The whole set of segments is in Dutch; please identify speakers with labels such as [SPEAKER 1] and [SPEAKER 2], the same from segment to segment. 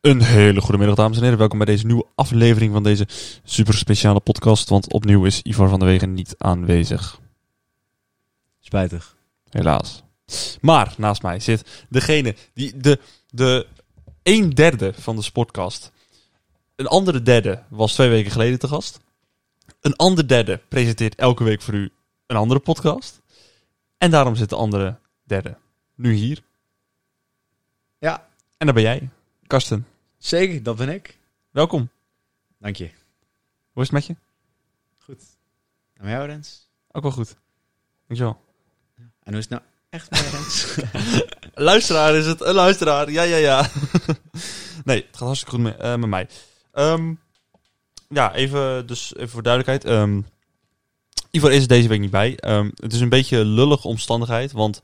[SPEAKER 1] Een hele goede middag, dames en heren. Welkom bij deze nieuwe aflevering van deze super speciale podcast. Want opnieuw is Ivar van der Wegen niet aanwezig.
[SPEAKER 2] Spijtig.
[SPEAKER 1] Helaas. Maar naast mij zit degene die de, de een derde van de sportcast. Een andere derde was twee weken geleden te gast. Een ander derde presenteert elke week voor u een andere podcast. En daarom zit de andere derde nu hier.
[SPEAKER 2] Ja.
[SPEAKER 1] En daar ben jij, Karsten.
[SPEAKER 2] Zeker, dat ben ik.
[SPEAKER 1] Welkom.
[SPEAKER 2] Dank je.
[SPEAKER 1] Hoe is het met je?
[SPEAKER 2] Goed. En jou, Rens?
[SPEAKER 1] Ook wel goed. Dankjewel.
[SPEAKER 2] En hoe is het nou echt met Rens?
[SPEAKER 1] Luisteraar is het, een luisteraar. Ja, ja, ja. nee, het gaat hartstikke goed met, eh, met mij. Ehm, ja, even, dus even voor duidelijkheid. Ehm Ivar is er deze week niet bij. Ehm, het is een beetje een lullige omstandigheid, want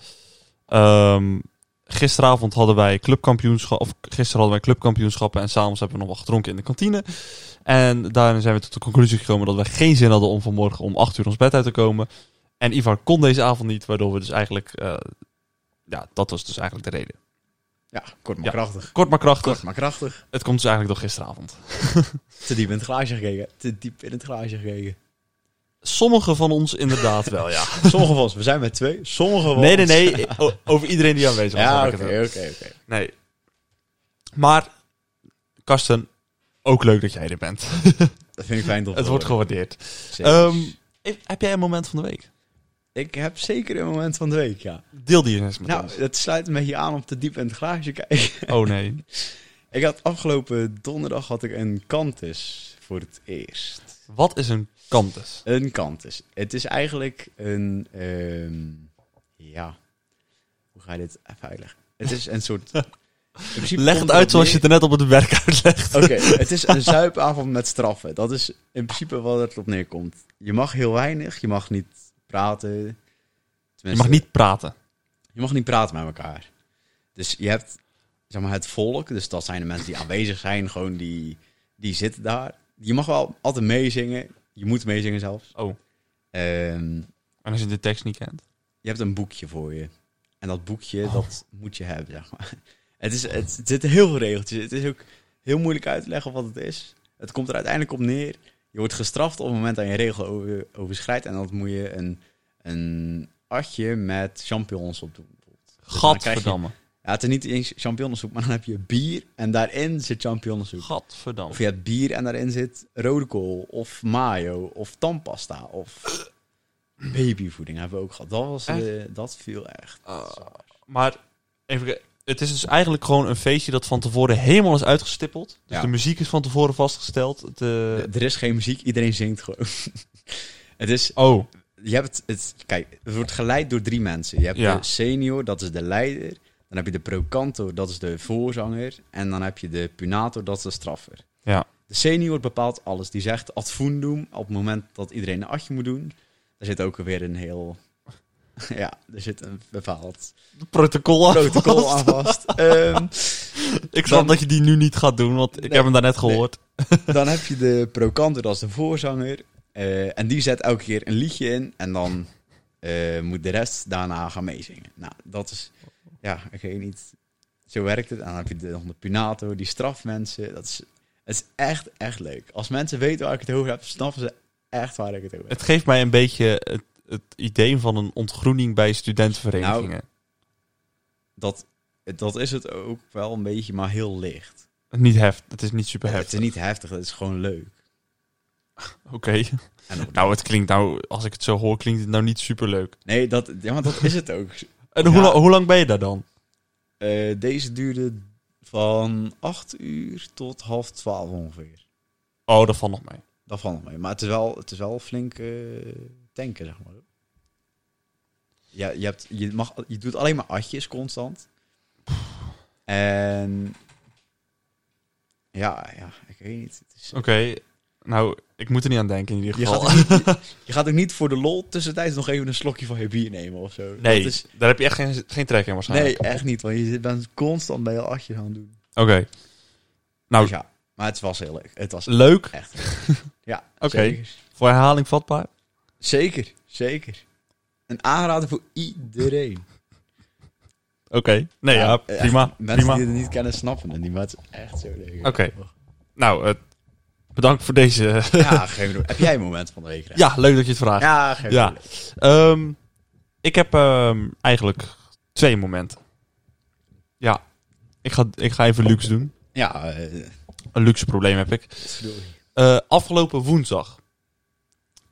[SPEAKER 1] ehm, gisteravond hadden wij clubkampioenschap, of gisteren hadden wij clubkampioenschappen en s'avonds hebben we nog wel gedronken in de kantine. En daarin zijn we tot de conclusie gekomen dat we geen zin hadden om vanmorgen om 8 uur ons bed uit te komen. En Ivar kon deze avond niet, waardoor we dus eigenlijk eh, ja, dat was dus eigenlijk de reden.
[SPEAKER 2] ja, kort maar
[SPEAKER 1] Ja.
[SPEAKER 2] krachtig.
[SPEAKER 1] Kort maar krachtig.
[SPEAKER 2] Kort maar krachtig.
[SPEAKER 1] Het komt dus eigenlijk door gisteravond.
[SPEAKER 2] Te diep in het glaasje gekeken. Te diep in het glaasje gekeken.
[SPEAKER 1] Sommigen van ons inderdaad wel, ja.
[SPEAKER 2] Sommige van ons, we zijn met twee. Sommige van
[SPEAKER 1] Nee, nee,
[SPEAKER 2] ons-
[SPEAKER 1] nee. o- Over iedereen die aanwezig was.
[SPEAKER 2] Ja,
[SPEAKER 1] heb
[SPEAKER 2] oké,
[SPEAKER 1] ik
[SPEAKER 2] oké,
[SPEAKER 1] het over.
[SPEAKER 2] oké.
[SPEAKER 1] Nee. Maar, Karsten, ook leuk dat jij er bent.
[SPEAKER 2] Dat vind ik fijn toch?
[SPEAKER 1] Het wordt gewaardeerd. Ehm, heb- heb jij een moment van de week?
[SPEAKER 2] ik heb zeker een moment van de week, ja.
[SPEAKER 1] Deel die eens met
[SPEAKER 2] Nou,
[SPEAKER 1] ons.
[SPEAKER 2] dat sluit een beetje aan op te diep in het glaasje kijken.
[SPEAKER 1] Oh nee.
[SPEAKER 2] Ik had afgelopen donderdag had ik een kantis voor het eerst.
[SPEAKER 1] Wat is een kantus?
[SPEAKER 2] Een kantus. Het is eigenlijk een. ehm, ja. Hoe ga je dit even uitleggen? Het is een soort. in principe
[SPEAKER 1] Leg
[SPEAKER 2] komt
[SPEAKER 1] het uit
[SPEAKER 2] erop
[SPEAKER 1] zoals je het
[SPEAKER 2] neer-
[SPEAKER 1] er net op het werk uitlegt.
[SPEAKER 2] Oké, het is een zuipavond met straffen. Dat is in principe wat het op neerkomt. Je mag heel weinig, je mag niet praten.
[SPEAKER 1] Je
[SPEAKER 2] Tenminste,
[SPEAKER 1] mag niet praten.
[SPEAKER 2] je mag niet praten met elkaar. Dus je hebt zeg maar, het volk, dus dat zijn de mensen die aanwezig zijn, gewoon die, die zitten daar. Je mag wel altijd meezingen. Je moet meezingen zelfs.
[SPEAKER 1] Oh.
[SPEAKER 2] Ehm,
[SPEAKER 1] En als je de tekst niet kent?
[SPEAKER 2] je hebt een boekje voor je. En dat boekje,
[SPEAKER 1] Oh.
[SPEAKER 2] dat moet je hebben, zeg maar. Het, is, het, het zitten heel veel regeltjes. Het is ook heel moeilijk uit te leggen wat het is. Het komt er uiteindelijk op neer. Je wordt gestraft op het moment dat je een regel over, overschrijdt. En dan moet je een, een atje met champignons op doen.
[SPEAKER 1] Gadverdamme.
[SPEAKER 2] Ja, het is niet eens champignonsoep, maar dan heb je bier en daarin zit champignonsoep.
[SPEAKER 1] Gadverdamme.
[SPEAKER 2] Of je hebt bier en daarin zit rode kool of mayo of tandpasta of babyvoeding hebben we ook gehad. Dat, was, eh, dat viel echt.
[SPEAKER 1] Ah. Maar even, kijken. het is dus eigenlijk gewoon een feestje dat van tevoren helemaal is uitgestippeld. Dus
[SPEAKER 2] Ja.
[SPEAKER 1] de muziek is van tevoren vastgesteld. De...
[SPEAKER 2] Eh, Er is geen muziek, iedereen zingt gewoon. het is,
[SPEAKER 1] Oh,
[SPEAKER 2] je hebt het, kijk, het wordt geleid door drie mensen. Je hebt
[SPEAKER 1] Ja.
[SPEAKER 2] de senior, dat is de leider. Dan heb je de procanto, dat is de voorzanger. En dan heb je de punator, dat is de straffer.
[SPEAKER 1] ja.
[SPEAKER 2] De senior bepaalt alles. Die zegt ad fundum op het moment dat iedereen een atje moet doen. Daar zit ook weer een heel... Ja, er zit een bepaald
[SPEAKER 1] De protocol aan.
[SPEAKER 2] protocol aan vast. Ehm,
[SPEAKER 1] Ik snap
[SPEAKER 2] Dan-
[SPEAKER 1] dat je die nu niet gaat doen, want ik
[SPEAKER 2] Nee,
[SPEAKER 1] heb hem daarnet gehoord.
[SPEAKER 2] dan heb je de procantor, dat is de voorzanger. Eh, en die zet elke keer een liedje in. En dan eh, moet de rest daarna gaan meezingen. Nou, dat is... Ja, ik weet niet. Zo werkt het. En dan heb je de, nog de punato, die straft mensen. Dat is, het is echt, echt leuk. Als mensen weten waar ik het over heb, snappen ze echt waar ik het over heb.
[SPEAKER 1] Het geeft mij een beetje het, het idee van een ontgroening bij studentenverenigingen.
[SPEAKER 2] dat, dat is het ook wel een beetje, maar heel licht.
[SPEAKER 1] Niet heft, Nou- het is niet super
[SPEAKER 2] Het is
[SPEAKER 1] heftig.
[SPEAKER 2] niet heftig, het is gewoon leuk.
[SPEAKER 1] Oké.
[SPEAKER 2] En op-
[SPEAKER 1] Nou, het klinkt nou, als ik het zo hoor, klinkt het nou niet super leuk.
[SPEAKER 2] nee, dat, ja, maar dat is het ook.
[SPEAKER 1] En hoe,
[SPEAKER 2] Ja.
[SPEAKER 1] la- hoe lang ben je daar dan?
[SPEAKER 2] Eh, deze duurde van 8 uur tot half 12 ongeveer.
[SPEAKER 1] Oh, dat valt nog mee.
[SPEAKER 2] Dat valt nog mee. Maar het is wel, het is wel flink eh, tanken, zeg maar. Ja, je, hebt, je, mag, je doet alleen maar atjes constant. En... Ja, ja, ik weet niet. Het is,
[SPEAKER 1] Oké, nou, ik moet er niet aan denken in ieder
[SPEAKER 2] Je
[SPEAKER 1] geval.
[SPEAKER 2] gaat, ook niet, je- je gaat ook niet voor de lol tussentijds nog even een slokje van je bier nemen of zo.
[SPEAKER 1] Nee,
[SPEAKER 2] Dat is,
[SPEAKER 1] daar heb je echt geen, geen trek in waarschijnlijk.
[SPEAKER 2] nee echt niet. Want je zit- bent constant bij je atje aan het doen.
[SPEAKER 1] Oké. Nou,
[SPEAKER 2] Dus ja, maar het was heel leuk. Het was
[SPEAKER 1] leuk.
[SPEAKER 2] echt leuk. Ja,
[SPEAKER 1] Oké.
[SPEAKER 2] zeker.
[SPEAKER 1] Voor herhaling vatbaar.
[SPEAKER 2] Zeker, zeker. Een aanrader voor iedereen.
[SPEAKER 1] Oké. Oké. Nee, ja,
[SPEAKER 2] eh,
[SPEAKER 1] prima.
[SPEAKER 2] Mensen
[SPEAKER 1] prima.
[SPEAKER 2] die het niet kennen, snappen het niet, maar het is echt zo leuk.
[SPEAKER 1] Oké. Nou, eh, bedankt voor deze...
[SPEAKER 2] Ja, geen bedoel. Heb jij een moment van de week? Ren?
[SPEAKER 1] ja, leuk dat je het vraagt.
[SPEAKER 2] Ja, geen
[SPEAKER 1] Ja.
[SPEAKER 2] bedoel.
[SPEAKER 1] Ehm, ik heb ehm, eigenlijk twee momenten. Ja. Ik ga, ik ga even luxe doen.
[SPEAKER 2] Ja, eh,
[SPEAKER 1] Een luxe probleem heb ik.
[SPEAKER 2] sorry.
[SPEAKER 1] Eh, afgelopen woensdag.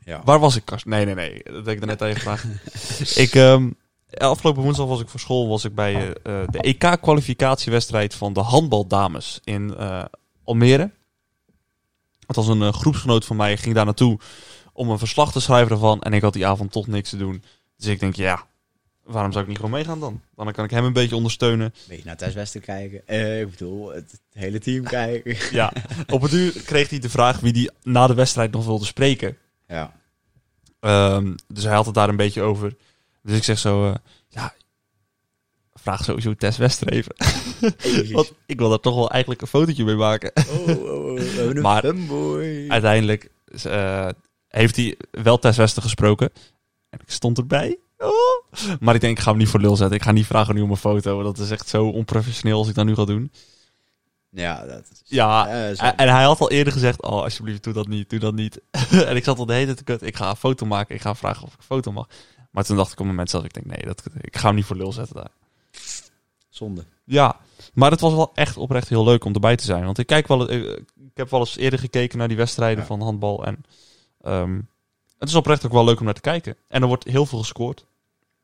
[SPEAKER 2] Ja.
[SPEAKER 1] Waar was ik, Karst? Nee, nee, nee. Dat heb ik net even gevraagd. ik, ehm, afgelopen woensdag was ik voor school was ik bij eh, eh, de EK-kwalificatiewedstrijd van de handbaldames in eh, Almere. Het was een eh, groepsgenoot van mij, ging daar naartoe om een verslag te schrijven ervan. En ik had die avond toch niks te doen. Dus ik denk, ja, waarom zou ik niet gewoon meegaan dan? Dan kan ik hem een beetje ondersteunen.
[SPEAKER 2] Weet je naar Thijs Westen kijken? Eh, ik bedoel, het het hele team kijken.
[SPEAKER 1] Ja, op het duur kreeg hij de vraag wie die na de wedstrijd nog wilde spreken.
[SPEAKER 2] Ja.
[SPEAKER 1] Ehm, dus hij had het daar een beetje over. Dus ik zeg zo, eh, ja, vraag sowieso Tess Westreven. Want ik wil daar toch wel eigenlijk een fotootje mee maken.
[SPEAKER 2] Oh, oh, oh, we hebben een
[SPEAKER 1] Maar-
[SPEAKER 2] fanboy.
[SPEAKER 1] Uiteindelijk eh, heeft hij wel Tess Wester gesproken. En ik stond erbij. Oh. Maar ik denk, ik ga hem niet voor lul zetten. Ik ga niet vragen nu om een foto. want Dat is echt zo onprofessioneel als ik dat nu ga doen.
[SPEAKER 2] Ja, dat is...
[SPEAKER 1] Ja, dus-
[SPEAKER 2] eh, zo.
[SPEAKER 1] en en hij had al eerder gezegd, oh, alsjeblieft, doe dat niet, doe dat niet. en ik zat al de hele tijd te kut, ik ga een foto maken, ik ga vragen of ik een foto mag. Maar toen dacht ik op een moment zelf, ik denk, nee, dat, ik ga hem niet voor lul zetten daar.
[SPEAKER 2] zonde.
[SPEAKER 1] Ja, maar het was wel echt oprecht heel leuk om erbij te zijn. Want ik, kijk wel, eh, ik heb wel eens eerder gekeken naar die wedstrijden
[SPEAKER 2] Ja.
[SPEAKER 1] van handbal. En ehm, het is oprecht ook wel leuk om naar te kijken. En er wordt heel veel gescoord.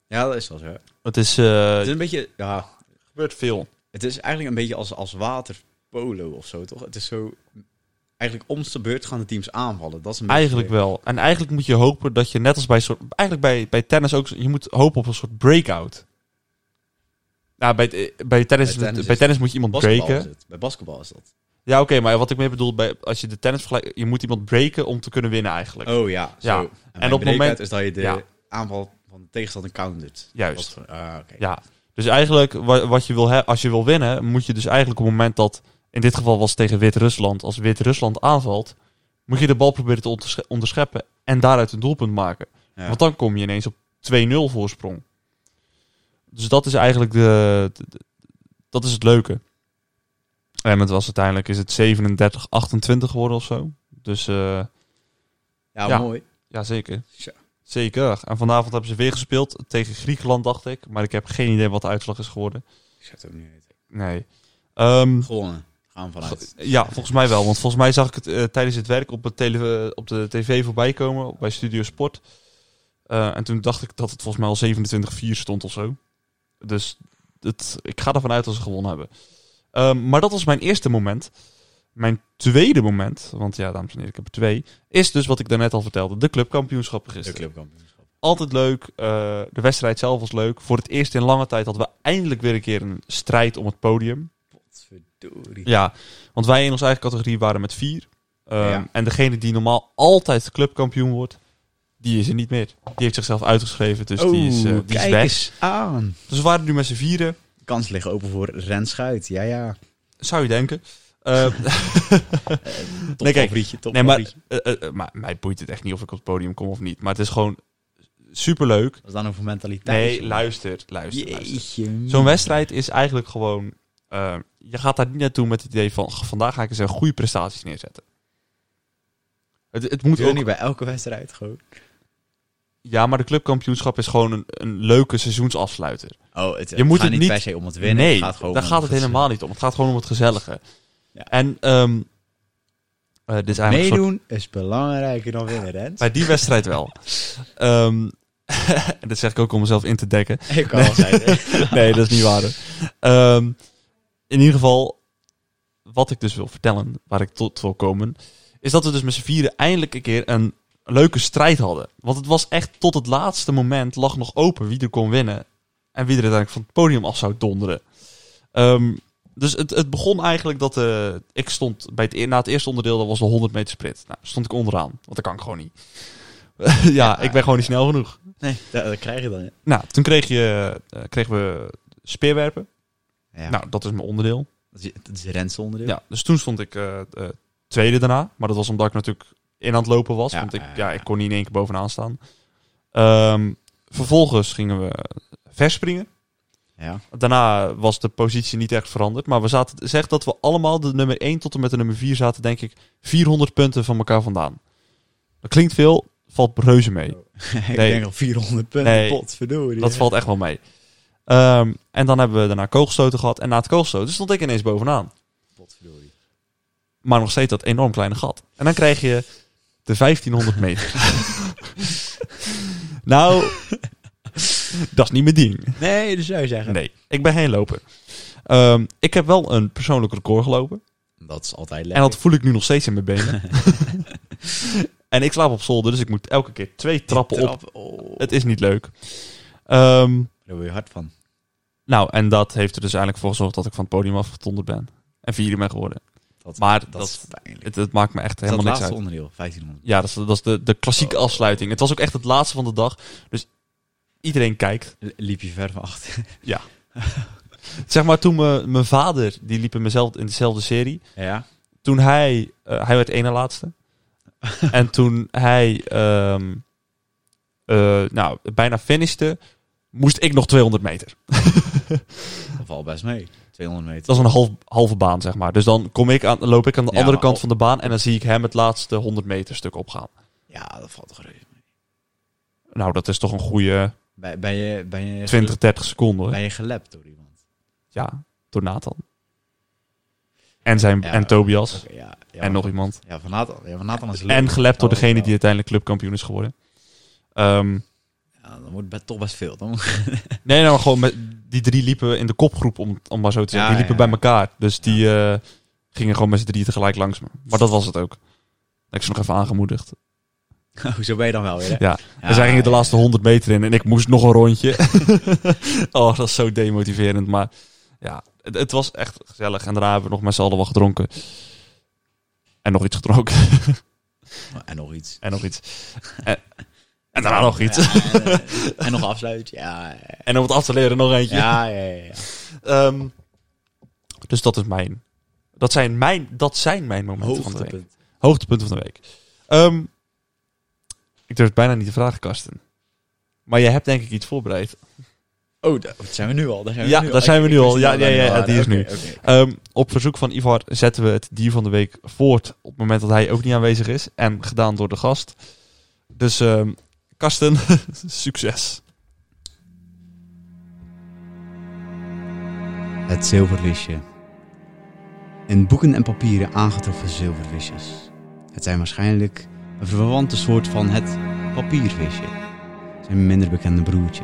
[SPEAKER 2] Ja, dat is wel zo. Het
[SPEAKER 1] Het is, eh,
[SPEAKER 2] is een beetje... Ja,
[SPEAKER 1] gebeurt veel.
[SPEAKER 2] Het is eigenlijk een beetje als, als waterpolo of zo, toch? Het is zo... Eigenlijk om de beurt gaan de teams aanvallen. Dat is een beetje-
[SPEAKER 1] Eigenlijk wel. En eigenlijk moet je hopen dat je net als bij soort, eigenlijk bij, bij tennis ook, je moet hopen op een soort breakout. Nou, bij, eh, bij, tennis,
[SPEAKER 2] Bij tennis is
[SPEAKER 1] bij
[SPEAKER 2] het-
[SPEAKER 1] tennis moet je iemand
[SPEAKER 2] Basketbal
[SPEAKER 1] breken.
[SPEAKER 2] is het. Bij basketbal is dat.
[SPEAKER 1] Ja, oké, maar wat ik mee bedoel, bij, als je de tennis vergelijkt, je moet iemand breken om te kunnen winnen eigenlijk.
[SPEAKER 2] Oh ja, zo.
[SPEAKER 1] Ja.
[SPEAKER 2] En,
[SPEAKER 1] En op
[SPEAKER 2] bij
[SPEAKER 1] het
[SPEAKER 2] breakout
[SPEAKER 1] moment-
[SPEAKER 2] is dat je de
[SPEAKER 1] Ja.
[SPEAKER 2] aanval van de tegenstander countert.
[SPEAKER 1] Juist.
[SPEAKER 2] Dat- ah, oké.
[SPEAKER 1] Ja, dus eigenlijk wa- wat je wil he- als je wil winnen, moet je dus eigenlijk op het moment dat, in dit geval was het tegen Wit-Rusland, als Wit-Rusland aanvalt, moet je de bal proberen te ondersche- onderscheppen en daaruit een doelpunt maken.
[SPEAKER 2] Ja.
[SPEAKER 1] Want dan kom je ineens op 2-0 voorsprong. Dus dat is eigenlijk de, de- de- dat is het leuke. En het was uiteindelijk is het 37, 28 geworden of zo. Dus eh,
[SPEAKER 2] Ja,
[SPEAKER 1] Ja.
[SPEAKER 2] mooi.
[SPEAKER 1] ja, zeker.
[SPEAKER 2] Tja.
[SPEAKER 1] Zeker. En vanavond hebben ze weer gespeeld tegen Griekenland, dacht ik. Maar ik heb geen idee wat de uitslag is geworden.
[SPEAKER 2] Ik zou het ook niet weten.
[SPEAKER 1] Nee. Ehm,
[SPEAKER 2] Gewonnen. Gaan we vanuit.
[SPEAKER 1] ja, volgens mij wel. Want volgens mij zag ik het eh, tijdens het werk op, het tele- op de tv voorbij komen op- bij Studio Sport. Eh, en toen dacht ik dat het volgens mij al 27-4 stond of zo. Dus het, ik ga ervan uit dat ze gewonnen hebben. Ehm, maar dat was mijn eerste moment. Mijn tweede moment, want ja, dames en heren, ik heb er twee, is dus wat ik daarnet al vertelde. De clubkampioenschappen
[SPEAKER 2] De
[SPEAKER 1] gisteren.
[SPEAKER 2] clubkampioenschap.
[SPEAKER 1] Altijd leuk. eh, de wedstrijd zelf was leuk. Voor het eerst in lange tijd hadden we eindelijk weer een keer een strijd om het podium.
[SPEAKER 2] Potverdorie.
[SPEAKER 1] Ja, want wij in onze eigen categorie waren met vier. Ehm,
[SPEAKER 2] Ja.
[SPEAKER 1] En degene die normaal altijd clubkampioen wordt, die is er niet meer. Die heeft zichzelf uitgeschreven, dus die is, eh,
[SPEAKER 2] Oh,
[SPEAKER 1] die is
[SPEAKER 2] kijk
[SPEAKER 1] weg.
[SPEAKER 2] eens aan.
[SPEAKER 1] Dus we waren nu met z'n vieren,
[SPEAKER 2] De Kans liggen open voor Ren Schuit. Ja, ja.
[SPEAKER 1] zou je denken. Ehm,
[SPEAKER 2] Top
[SPEAKER 1] Nee, kijk.
[SPEAKER 2] favorietje, top
[SPEAKER 1] nee, maar,
[SPEAKER 2] favorietje.
[SPEAKER 1] eh, eh, eh, maar mij boeit het echt niet of ik op het podium kom of niet. Maar het is gewoon superleuk.
[SPEAKER 2] Wat is dan over mentaliteit?
[SPEAKER 1] Nee, luister, luister, luister.
[SPEAKER 2] Jeetje.
[SPEAKER 1] Zo'n wedstrijd is eigenlijk gewoon... eh, je gaat daar niet naartoe met het idee van... Vandaag ga ik eens een goede prestaties neerzetten. Het, het moet
[SPEAKER 2] Doe je
[SPEAKER 1] ook
[SPEAKER 2] niet bij elke wedstrijd gewoon.
[SPEAKER 1] Ja, maar de clubkampioenschap is gewoon een, een leuke seizoensafsluiter.
[SPEAKER 2] Oh, het,
[SPEAKER 1] Je moet
[SPEAKER 2] gaat
[SPEAKER 1] het niet-
[SPEAKER 2] per se om het winnen.
[SPEAKER 1] nee,
[SPEAKER 2] het gaat gewoon
[SPEAKER 1] daar
[SPEAKER 2] om
[SPEAKER 1] gaat het helemaal niet om. Het gaat gewoon om het gezellige.
[SPEAKER 2] Ja.
[SPEAKER 1] En ehm, eh, dit is eigenlijk een soort-
[SPEAKER 2] Meedoen is belangrijker dan winnen, Rens.
[SPEAKER 1] bij die wedstrijd wel. Ehm, en dat zeg ik ook om mezelf in te dekken.
[SPEAKER 2] Ik kan wel zeggen.
[SPEAKER 1] Nee, dat is niet waar. hoor. Ehm, in ieder geval, wat ik dus wil vertellen, waar ik tot wil komen, is dat we dus met z'n vieren eindelijk een keer een leuke strijd hadden. Want het was echt tot het laatste moment lag nog open wie er kon winnen en wie er uiteindelijk van het podium af zou donderen. Ehm, dus het, het begon eigenlijk dat eh, ik stond bij het, e- na het eerste onderdeel, dat was de 100 meter sprint. Nou, stond ik onderaan, want dat kan ik gewoon niet. ja, ik ben gewoon niet snel genoeg.
[SPEAKER 2] Nee, dat, dat krijg je dan. hè.
[SPEAKER 1] Nou, toen kreeg je, eh, kregen we speerwerpen.
[SPEAKER 2] Ja.
[SPEAKER 1] Nou, dat is mijn onderdeel.
[SPEAKER 2] dat is, dat is Rens onderdeel.
[SPEAKER 1] Ja, dus toen stond ik eh, eh, tweede daarna. Maar dat was omdat ik natuurlijk in aan het lopen was.
[SPEAKER 2] Ja,
[SPEAKER 1] want ik,
[SPEAKER 2] ja,
[SPEAKER 1] ja,
[SPEAKER 2] ja.
[SPEAKER 1] ik kon niet in één keer bovenaan staan. Ehm, vervolgens gingen we verspringen.
[SPEAKER 2] Ja.
[SPEAKER 1] Daarna was de positie niet echt veranderd. Maar we zaten, zeg dat we allemaal de nummer 1 tot en met de nummer 4 zaten, denk ik, 400 punten van elkaar vandaan. Dat klinkt veel, valt reuze mee.
[SPEAKER 2] ik
[SPEAKER 1] Nee.
[SPEAKER 2] denk al 400 punten.
[SPEAKER 1] Nee.
[SPEAKER 2] Potverdorie.
[SPEAKER 1] Dat
[SPEAKER 2] hè.
[SPEAKER 1] valt echt wel mee. Ehm, en dan hebben we daarna kogelstoten gehad. En na het kogelstoten stond ik ineens bovenaan.
[SPEAKER 2] Potverdorie.
[SPEAKER 1] Maar nog steeds dat enorm kleine gat. En dan krijg je de 1500 meter. nou, dat is niet mijn ding.
[SPEAKER 2] Nee, dat zou je zeggen.
[SPEAKER 1] Nee, ik ben geen loper. Ehm, ik heb wel een persoonlijk record gelopen.
[SPEAKER 2] Dat is altijd
[SPEAKER 1] En
[SPEAKER 2] lekker.
[SPEAKER 1] dat voel ik nu nog steeds in mijn benen. en ik slaap op zolder, dus ik moet elke keer twee trappen op.
[SPEAKER 2] Trap- oh.
[SPEAKER 1] Het is niet leuk. Ehm,
[SPEAKER 2] Daar word je hard van.
[SPEAKER 1] nou, en dat heeft er dus eigenlijk voor gezorgd dat ik van het podium afgetonderd ben. En vierde ben geworden.
[SPEAKER 2] Dat,
[SPEAKER 1] Maar
[SPEAKER 2] dat,
[SPEAKER 1] dat-
[SPEAKER 2] is pijnlijk.
[SPEAKER 1] Het, het maakt me echt
[SPEAKER 2] dat
[SPEAKER 1] helemaal niks
[SPEAKER 2] laatste
[SPEAKER 1] uit.
[SPEAKER 2] onderdeel, 1500.
[SPEAKER 1] Ja, dat is, dat is de, de
[SPEAKER 2] Oh.
[SPEAKER 1] klassieke afsluiting. Het was ook echt het laatste van de dag. Dus iedereen kijkt.
[SPEAKER 2] L- liep je ver van achter.
[SPEAKER 1] Zeg maar, toen me- mijn vader, die liep in, mezelf, in dezelfde serie.
[SPEAKER 2] ja.
[SPEAKER 1] Toen hij, eh, hij werd ene laatste. en toen hij ehm, eh, nou, bijna finishte, moest ik nog 200 meter.
[SPEAKER 2] Dat valt best mee. 200 meter.
[SPEAKER 1] Dat is een half, halve baan, zeg maar. Dus dan kom ik aan, loop ik aan de
[SPEAKER 2] Ja,
[SPEAKER 1] andere
[SPEAKER 2] maar
[SPEAKER 1] kant
[SPEAKER 2] al-
[SPEAKER 1] van de baan en dan zie ik hem het laatste 100 meter stuk opgaan.
[SPEAKER 2] Ja, dat valt toch reuze mee.
[SPEAKER 1] Nou, dat is toch een goede
[SPEAKER 2] Ben, ben je, ben je,
[SPEAKER 1] 20, 30 seconden hoor.
[SPEAKER 2] ben je gelapt door iemand?
[SPEAKER 1] Ja, door Nathan. En, zijn,
[SPEAKER 2] Ja,
[SPEAKER 1] en Tobias.
[SPEAKER 2] Oké, ja, ja,
[SPEAKER 1] en nog iemand.
[SPEAKER 2] Ja, van Nathan, ja, van Nathan is leuk.
[SPEAKER 1] En gelept door
[SPEAKER 2] Oh,
[SPEAKER 1] degene
[SPEAKER 2] ja.
[SPEAKER 1] die uiteindelijk clubkampioen is geworden. Ehm,
[SPEAKER 2] Ja, dan wordt het toch best veel. Dan.
[SPEAKER 1] nee, nou, maar gewoon met, die drie liepen in de kopgroep, om, om maar zo te zeggen.
[SPEAKER 2] Ja,
[SPEAKER 1] die liepen
[SPEAKER 2] ja,
[SPEAKER 1] bij elkaar. Dus die eh, gingen gewoon met z'n drieën tegelijk langs me. Maar dat was het ook. Ik ze nog even aangemoedigd.
[SPEAKER 2] Oh, zo ben je dan wel weer, hè?
[SPEAKER 1] Ja. en zij gingen de laatste 100 meter in en ik moest nog een rondje. oh, dat is zo demotiverend. Maar ja, het, het was echt gezellig. En daarna hebben we nog met z'n allen wat gedronken. En nog iets gedronken.
[SPEAKER 2] En nog iets.
[SPEAKER 1] En nog iets. En, en daarna nog iets.
[SPEAKER 2] Ja, en, eh, en nog afsluit. Ja, eh,
[SPEAKER 1] En om het af te leren nog eentje.
[SPEAKER 2] ja, ja, ja, ja.
[SPEAKER 1] Ehm, dus dat is mijn. Dat zijn mijn, dat zijn mijn momenten van de week.
[SPEAKER 2] Hoogtepunt.
[SPEAKER 1] Hoogtepunten van de week. Ehm, ik durf het bijna niet te vragen, Karsten. Maar jij hebt denk ik iets voorbereid.
[SPEAKER 2] Oh, daar dat zijn we nu al. Daar zijn we
[SPEAKER 1] Ja,
[SPEAKER 2] nu al.
[SPEAKER 1] daar zijn we
[SPEAKER 2] Ik-
[SPEAKER 1] nu
[SPEAKER 2] ik
[SPEAKER 1] al.
[SPEAKER 2] wist
[SPEAKER 1] Ja,
[SPEAKER 2] niet
[SPEAKER 1] ja,
[SPEAKER 2] dat we
[SPEAKER 1] ja,
[SPEAKER 2] nu waren.
[SPEAKER 1] die is
[SPEAKER 2] Oké,
[SPEAKER 1] nu.
[SPEAKER 2] oké.
[SPEAKER 1] Ehm, op verzoek van Ivar zetten we het dier van de week voort. Op het moment dat hij ook niet aanwezig is. En gedaan door de gast. Dus ehm Karsten, succes.
[SPEAKER 2] Het zilvervisje. In boeken en papieren aangetroffen zilvervisjes. Het zijn waarschijnlijk een verwante soort van het papiervisje. Zijn minder bekende broertje.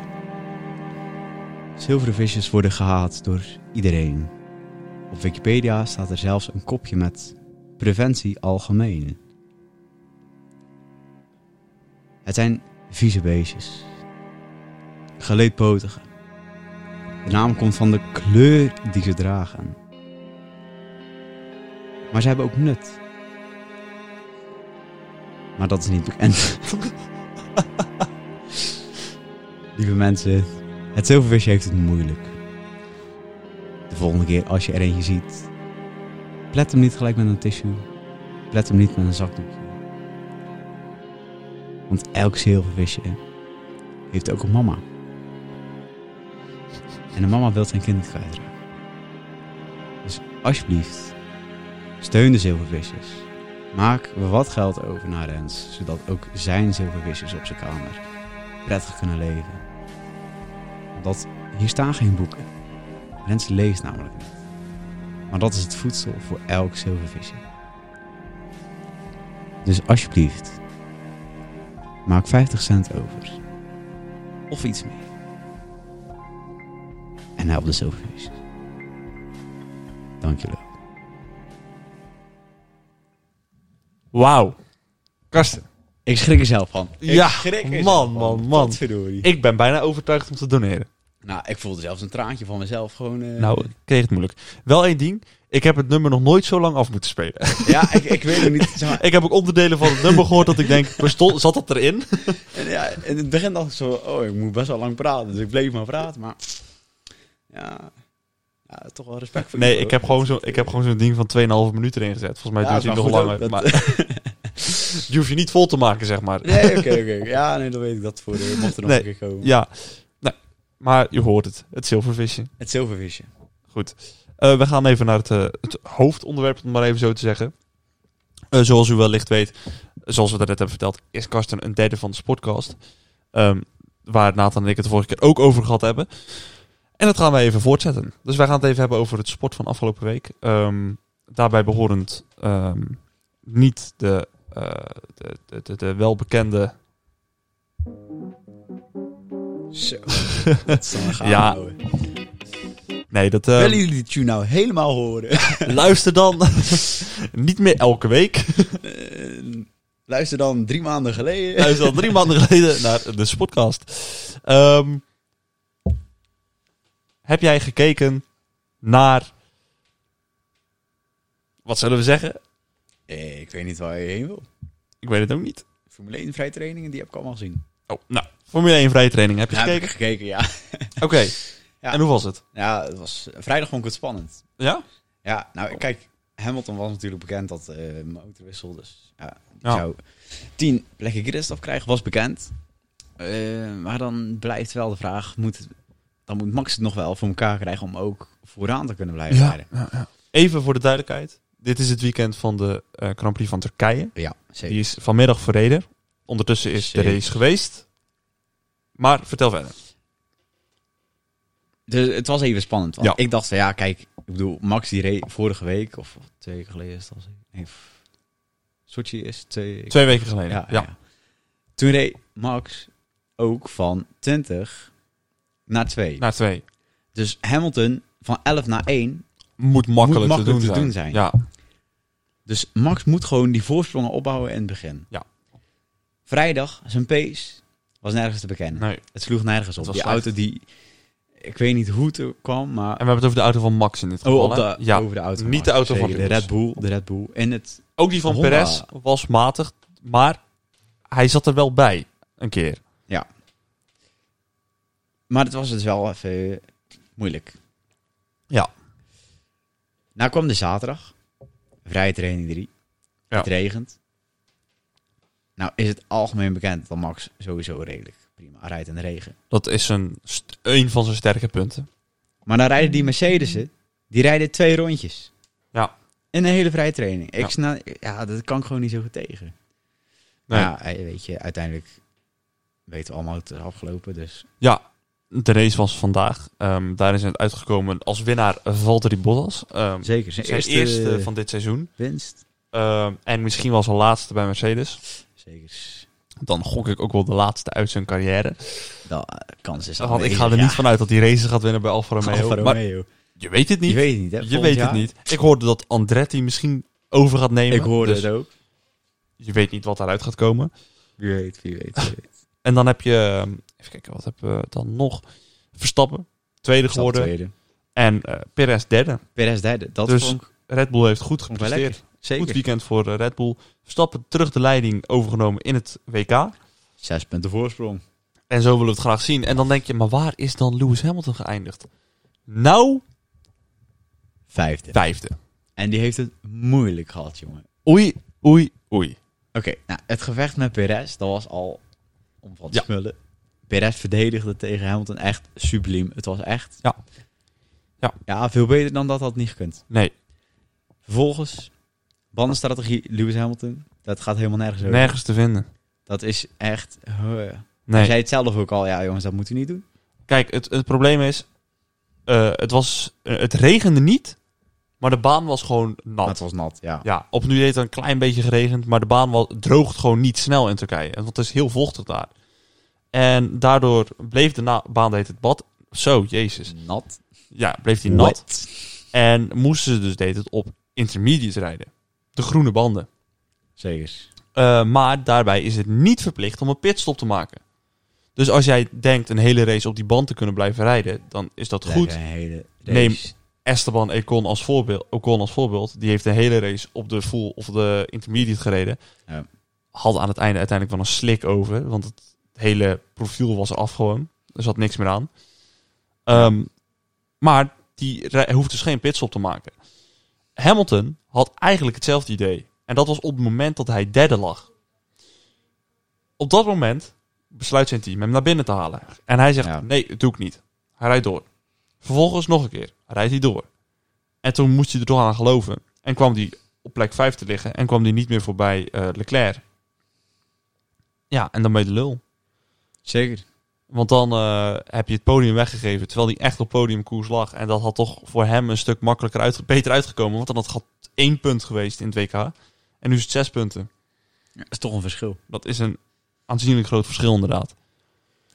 [SPEAKER 2] Zilveren visjes worden gehaat door iedereen. Op Wikipedia staat er zelfs een kopje met preventie algemeen. Het zijn vieze beestjes. Geleedpotigen. De naam komt van de kleur die ze dragen. Maar ze hebben ook nut. Maar dat is niet bekend. Lieve mensen, het zilvervisje heeft het moeilijk. De volgende keer als je er eentje ziet, plet hem niet gelijk met een tissue. Plet hem niet met een zakdoekje. Want elk zilvervisje heeft ook een mama. En de mama wil zijn kind niet kwijtraken. Dus alsjeblieft, steun de zilvervisjes. Maak wat geld over naar Rens, zodat ook zijn zilvervisjes op zijn kamer prettig kunnen leven. Want hier staan geen boeken. Rens leest namelijk niet. Maar dat is het voedsel voor elk zilvervisje. Dus alsjeblieft, maak 50 cent over. Of iets meer. En help de zilvervisjes. Dank jullie.
[SPEAKER 1] Wauw. Karsten.
[SPEAKER 2] Ik schrik er zelf van.
[SPEAKER 1] Ja, man, man, man. Ik ben bijna overtuigd om te doneren.
[SPEAKER 2] Nou, ik voelde zelfs een traantje van mezelf gewoon. eh,
[SPEAKER 1] Nou, ik kreeg het moeilijk. Wel één ding. Ik heb het nummer nog nooit zo lang af moeten spelen.
[SPEAKER 2] Ja, ik, ik weet het niet. Zeg maar,
[SPEAKER 1] ik heb ook onderdelen van het nummer gehoord dat ik denk, bestond, zat dat erin?
[SPEAKER 2] en eh, ja, in het begin dacht ik zo, oh, ik moet best wel lang praten. Dus ik bleef maar praten, maar... Ja, ja toch wel respect voor
[SPEAKER 1] Nee,
[SPEAKER 2] jou,
[SPEAKER 1] ik
[SPEAKER 2] hoor.
[SPEAKER 1] heb gewoon zo'n ik heb gewoon zo'n ding van 2,5 minuten erin gezet. Volgens mij
[SPEAKER 2] Ja,
[SPEAKER 1] duurt hij
[SPEAKER 2] maar
[SPEAKER 1] nog
[SPEAKER 2] goed
[SPEAKER 1] langer.
[SPEAKER 2] ook, dat-
[SPEAKER 1] Maar, je hoeft je niet vol te maken, zeg maar.
[SPEAKER 2] Nee, oké, oké. Ja, nee, dan weet ik dat voor de eh, mocht er nog
[SPEAKER 1] Nee.
[SPEAKER 2] een keer komen.
[SPEAKER 1] Ja. Nou, Maar je hoort het, het zilvervisje.
[SPEAKER 2] Het zilvervisje.
[SPEAKER 1] Eh, we gaan even naar het, eh, het hoofdonderwerp, om het maar even zo te zeggen. Eh, zoals u wellicht weet, zoals we dat net hebben verteld, is Karsten een derde van de Sportcast. Ehm, waar Nathan en ik het de vorige keer ook over gehad hebben. En dat gaan wij even voortzetten. Dus wij gaan het even hebben over het sport van afgelopen week. Ehm, daarbij behorend ehm, niet de, eh, de, de, de, de welbekende...
[SPEAKER 2] Zo. Dat is dan
[SPEAKER 1] Ja.
[SPEAKER 2] een ja. ehm.
[SPEAKER 1] Nee, dat... ehm,
[SPEAKER 2] Willen jullie die tune nou helemaal horen?
[SPEAKER 1] luister dan. niet meer elke week.
[SPEAKER 2] Eh, luister dan drie maanden geleden.
[SPEAKER 1] Hij is al drie maanden geleden naar de Sportcast. Ehm, heb jij gekeken naar. Wat zullen we zeggen?
[SPEAKER 2] Eh, ik weet niet waar je heen wil.
[SPEAKER 1] Ik weet het ook niet.
[SPEAKER 2] Formule 1 vrije trainingen, die heb ik allemaal gezien.
[SPEAKER 1] Oh, nou. Formule 1 vrije training, heb je
[SPEAKER 2] Ja, heb ik
[SPEAKER 1] gekeken?
[SPEAKER 2] gekeken, ja.
[SPEAKER 1] Oké.
[SPEAKER 2] Ja.
[SPEAKER 1] En hoe was het?
[SPEAKER 2] Ja, het was, eh, vrijdag vond ik het spannend.
[SPEAKER 1] Ja?
[SPEAKER 2] Ja, nou kijk, Hamilton was natuurlijk bekend dat eh motorwissel, dus ja, die
[SPEAKER 1] Ja.
[SPEAKER 2] zou tien plekken gridstraf krijgen, was bekend. Eh, maar dan blijft wel de vraag, moet, het- dan moet Max het nog wel voor elkaar krijgen om ook vooraan te kunnen blijven rijden.
[SPEAKER 1] Even voor de duidelijkheid. Dit is het weekend van de eh, Grand Prix van Turkije.
[SPEAKER 2] Ja,
[SPEAKER 1] Die
[SPEAKER 2] zeker.
[SPEAKER 1] is vanmiddag verreden. Ondertussen is de
[SPEAKER 2] Zeker.
[SPEAKER 1] race geweest. Maar vertel verder.
[SPEAKER 2] Dus het was even spannend. Want
[SPEAKER 1] Ja.
[SPEAKER 2] Ik dacht van ja, kijk, ik bedoel, Max die reed vorige week, of twee weken geleden is dat, nee, f- Sochi is twee weken
[SPEAKER 1] Twee weken geleden. Ja.
[SPEAKER 2] Ja, ja. Toen reed Max ook van 20 naar 2.
[SPEAKER 1] Naar twee.
[SPEAKER 2] Dus Hamilton van 11 naar 1.
[SPEAKER 1] Moet makkelijk,
[SPEAKER 2] makkelijk
[SPEAKER 1] te, doen,
[SPEAKER 2] te
[SPEAKER 1] zijn.
[SPEAKER 2] doen zijn.
[SPEAKER 1] Ja.
[SPEAKER 2] Dus Max moet gewoon die voorsprongen opbouwen in het begin.
[SPEAKER 1] Ja.
[SPEAKER 2] Vrijdag, zijn pace was nergens te bekennen.
[SPEAKER 1] Nee.
[SPEAKER 2] Het sloeg nergens
[SPEAKER 1] Het
[SPEAKER 2] op.
[SPEAKER 1] was
[SPEAKER 2] Die
[SPEAKER 1] slecht.
[SPEAKER 2] auto die... Ik weet niet hoe het er kwam, maar...
[SPEAKER 1] En we hebben het over de auto van Max in dit geval.
[SPEAKER 2] Oh, op
[SPEAKER 1] hè?
[SPEAKER 2] de,
[SPEAKER 1] ja.
[SPEAKER 2] over de auto.
[SPEAKER 1] niet de auto van
[SPEAKER 2] Zeker, de
[SPEAKER 1] Lewis.
[SPEAKER 2] Red Bull. De Red Bull. En het...
[SPEAKER 1] Ook die van
[SPEAKER 2] Honda.
[SPEAKER 1] Perez was matig, maar hij zat er wel bij een keer.
[SPEAKER 2] Maar het was dus wel even moeilijk.
[SPEAKER 1] Ja.
[SPEAKER 2] Nou kwam de zaterdag. Vrije training 3.
[SPEAKER 1] Ja.
[SPEAKER 2] Het regent. Nou is het algemeen bekend dat Max sowieso redelijk prima rijdt in de regen.
[SPEAKER 1] Dat is een, st- een van zijn sterke punten.
[SPEAKER 2] Maar dan rijden die Mercedes'en, die rijden twee rondjes.
[SPEAKER 1] Ja.
[SPEAKER 2] In een hele vrije training. Ik
[SPEAKER 1] Ja.
[SPEAKER 2] ja. ja, dat kan ik gewoon niet zo goed tegen.
[SPEAKER 1] Nee.
[SPEAKER 2] Ja, eh, weet je, uiteindelijk weten we allemaal hoe het is afgelopen. Dus
[SPEAKER 1] Ja, de race was vandaag. Ehm daarin zijn het uitgekomen als winnaar Valtteri Bottas. Ehm,
[SPEAKER 2] zeker, zijn,
[SPEAKER 1] zijn eerste, van dit seizoen.
[SPEAKER 2] winst.
[SPEAKER 1] Ehm, en misschien wel zijn laatste bij Mercedes.
[SPEAKER 2] Zeker.
[SPEAKER 1] Dan gok ik ook wel de laatste uit zijn carrière.
[SPEAKER 2] De eh, kans is
[SPEAKER 1] Want ik ga er
[SPEAKER 2] aanwezig,
[SPEAKER 1] niet
[SPEAKER 2] ja.
[SPEAKER 1] vanuit dat hij races gaat winnen bij Alfa Romeo.
[SPEAKER 2] Alfa
[SPEAKER 1] Maar
[SPEAKER 2] Romeo.
[SPEAKER 1] je weet het niet.
[SPEAKER 2] Je weet het niet, hè?
[SPEAKER 1] Je
[SPEAKER 2] volgend
[SPEAKER 1] weet het
[SPEAKER 2] jaar.
[SPEAKER 1] niet. Ik hoorde dat Andretti misschien over gaat nemen.
[SPEAKER 2] Ik hoorde
[SPEAKER 1] Dus
[SPEAKER 2] het ook.
[SPEAKER 1] Je weet niet wat daaruit gaat komen.
[SPEAKER 2] Wie weet, wie weet. wie weet.
[SPEAKER 1] En dan heb je... ehm, Even kijken, wat hebben we dan nog? Verstappen, tweede geworden.
[SPEAKER 2] Tweede.
[SPEAKER 1] En eh Perez derde.
[SPEAKER 2] Perez derde. Dat
[SPEAKER 1] Dus-
[SPEAKER 2] vond ik
[SPEAKER 1] Red Bull heeft goed
[SPEAKER 2] vond ik wel lekker.
[SPEAKER 1] gepresteerd. Goed
[SPEAKER 2] Zeker.
[SPEAKER 1] weekend voor eh, Red Bull. Verstappen terug de leiding overgenomen in het WK.
[SPEAKER 2] Zes punten voorsprong.
[SPEAKER 1] En zo willen we het graag zien. En dan denk je, maar waar is dan Lewis Hamilton geëindigd? Nou,
[SPEAKER 2] Vijfde.
[SPEAKER 1] vijfde.
[SPEAKER 2] En die heeft het moeilijk gehad, jongen.
[SPEAKER 1] Oei, oei, oei.
[SPEAKER 2] Oké, nou, het gevecht met Perez, dat was al om van te
[SPEAKER 1] Ja.
[SPEAKER 2] smullen. Perez verdedigde tegen Hamilton echt subliem. Het was echt...
[SPEAKER 1] Ja. Ja.
[SPEAKER 2] Ja, veel beter dan dat had niet gekund.
[SPEAKER 1] Nee,
[SPEAKER 2] Vervolgens, bandenstrategie Lewis Hamilton. Dat gaat helemaal nergens over.
[SPEAKER 1] nergens te vinden.
[SPEAKER 2] Dat is echt... huh. Hij
[SPEAKER 1] Nee.
[SPEAKER 2] zei het zelf ook al. Ja, jongens, dat moeten we niet doen.
[SPEAKER 1] Kijk, het, het probleem is, eh, het, was, eh, het regende niet, maar de baan was gewoon nat.
[SPEAKER 2] Dat was nat, ja.
[SPEAKER 1] Ja, op nu heeft het een klein beetje geregend, maar de baan wa- droogt gewoon niet snel in Turkije. Want het is heel vochtig daar. En daardoor bleef de na- baan deed het bad. Zo, jezus.
[SPEAKER 2] Nat.
[SPEAKER 1] Ja, bleef die nat. En moesten ze dus deed het op intermediates rijden. De groene banden.
[SPEAKER 2] Zeker.
[SPEAKER 1] Eh, maar daarbij is het niet verplicht om een pitstop te maken. Dus als jij denkt een hele race op die band te kunnen blijven rijden, dan is dat goed.
[SPEAKER 2] Een hele race.
[SPEAKER 1] Neem- Esteban Ocon als voorbeeld, Ocon als voorbeeld die heeft de hele race op de full of de intermediate gereden.
[SPEAKER 2] Ja.
[SPEAKER 1] Had aan het einde uiteindelijk wel een slik over, want het hele profiel was af gewoon. Er zat niks meer aan. Ehm, maar die re- hoeft dus geen pitstop te maken. Hamilton had eigenlijk hetzelfde idee. En dat was op het moment dat hij derde lag. Op dat moment besluit zijn team hem naar binnen te halen. En hij zegt,
[SPEAKER 2] Ja.
[SPEAKER 1] nee, dat doe ik niet. Hij rijdt door. Vervolgens nog een keer. Rijdt hij door. En toen moest hij er toch aan geloven. En kwam hij op plek 5 te liggen. En kwam hij niet meer voorbij eh, Leclerc. Ja, en dan ben je de lul.
[SPEAKER 2] Zeker.
[SPEAKER 1] Want dan eh, heb je het podium weggegeven. Terwijl hij echt op podiumkoers lag. En dat had toch voor hem een stuk makkelijker uit, beter uitgekomen. Want dan had het één punt geweest in het WK. En nu is het zes punten.
[SPEAKER 2] Dat is toch een verschil.
[SPEAKER 1] Dat is een aanzienlijk groot verschil inderdaad.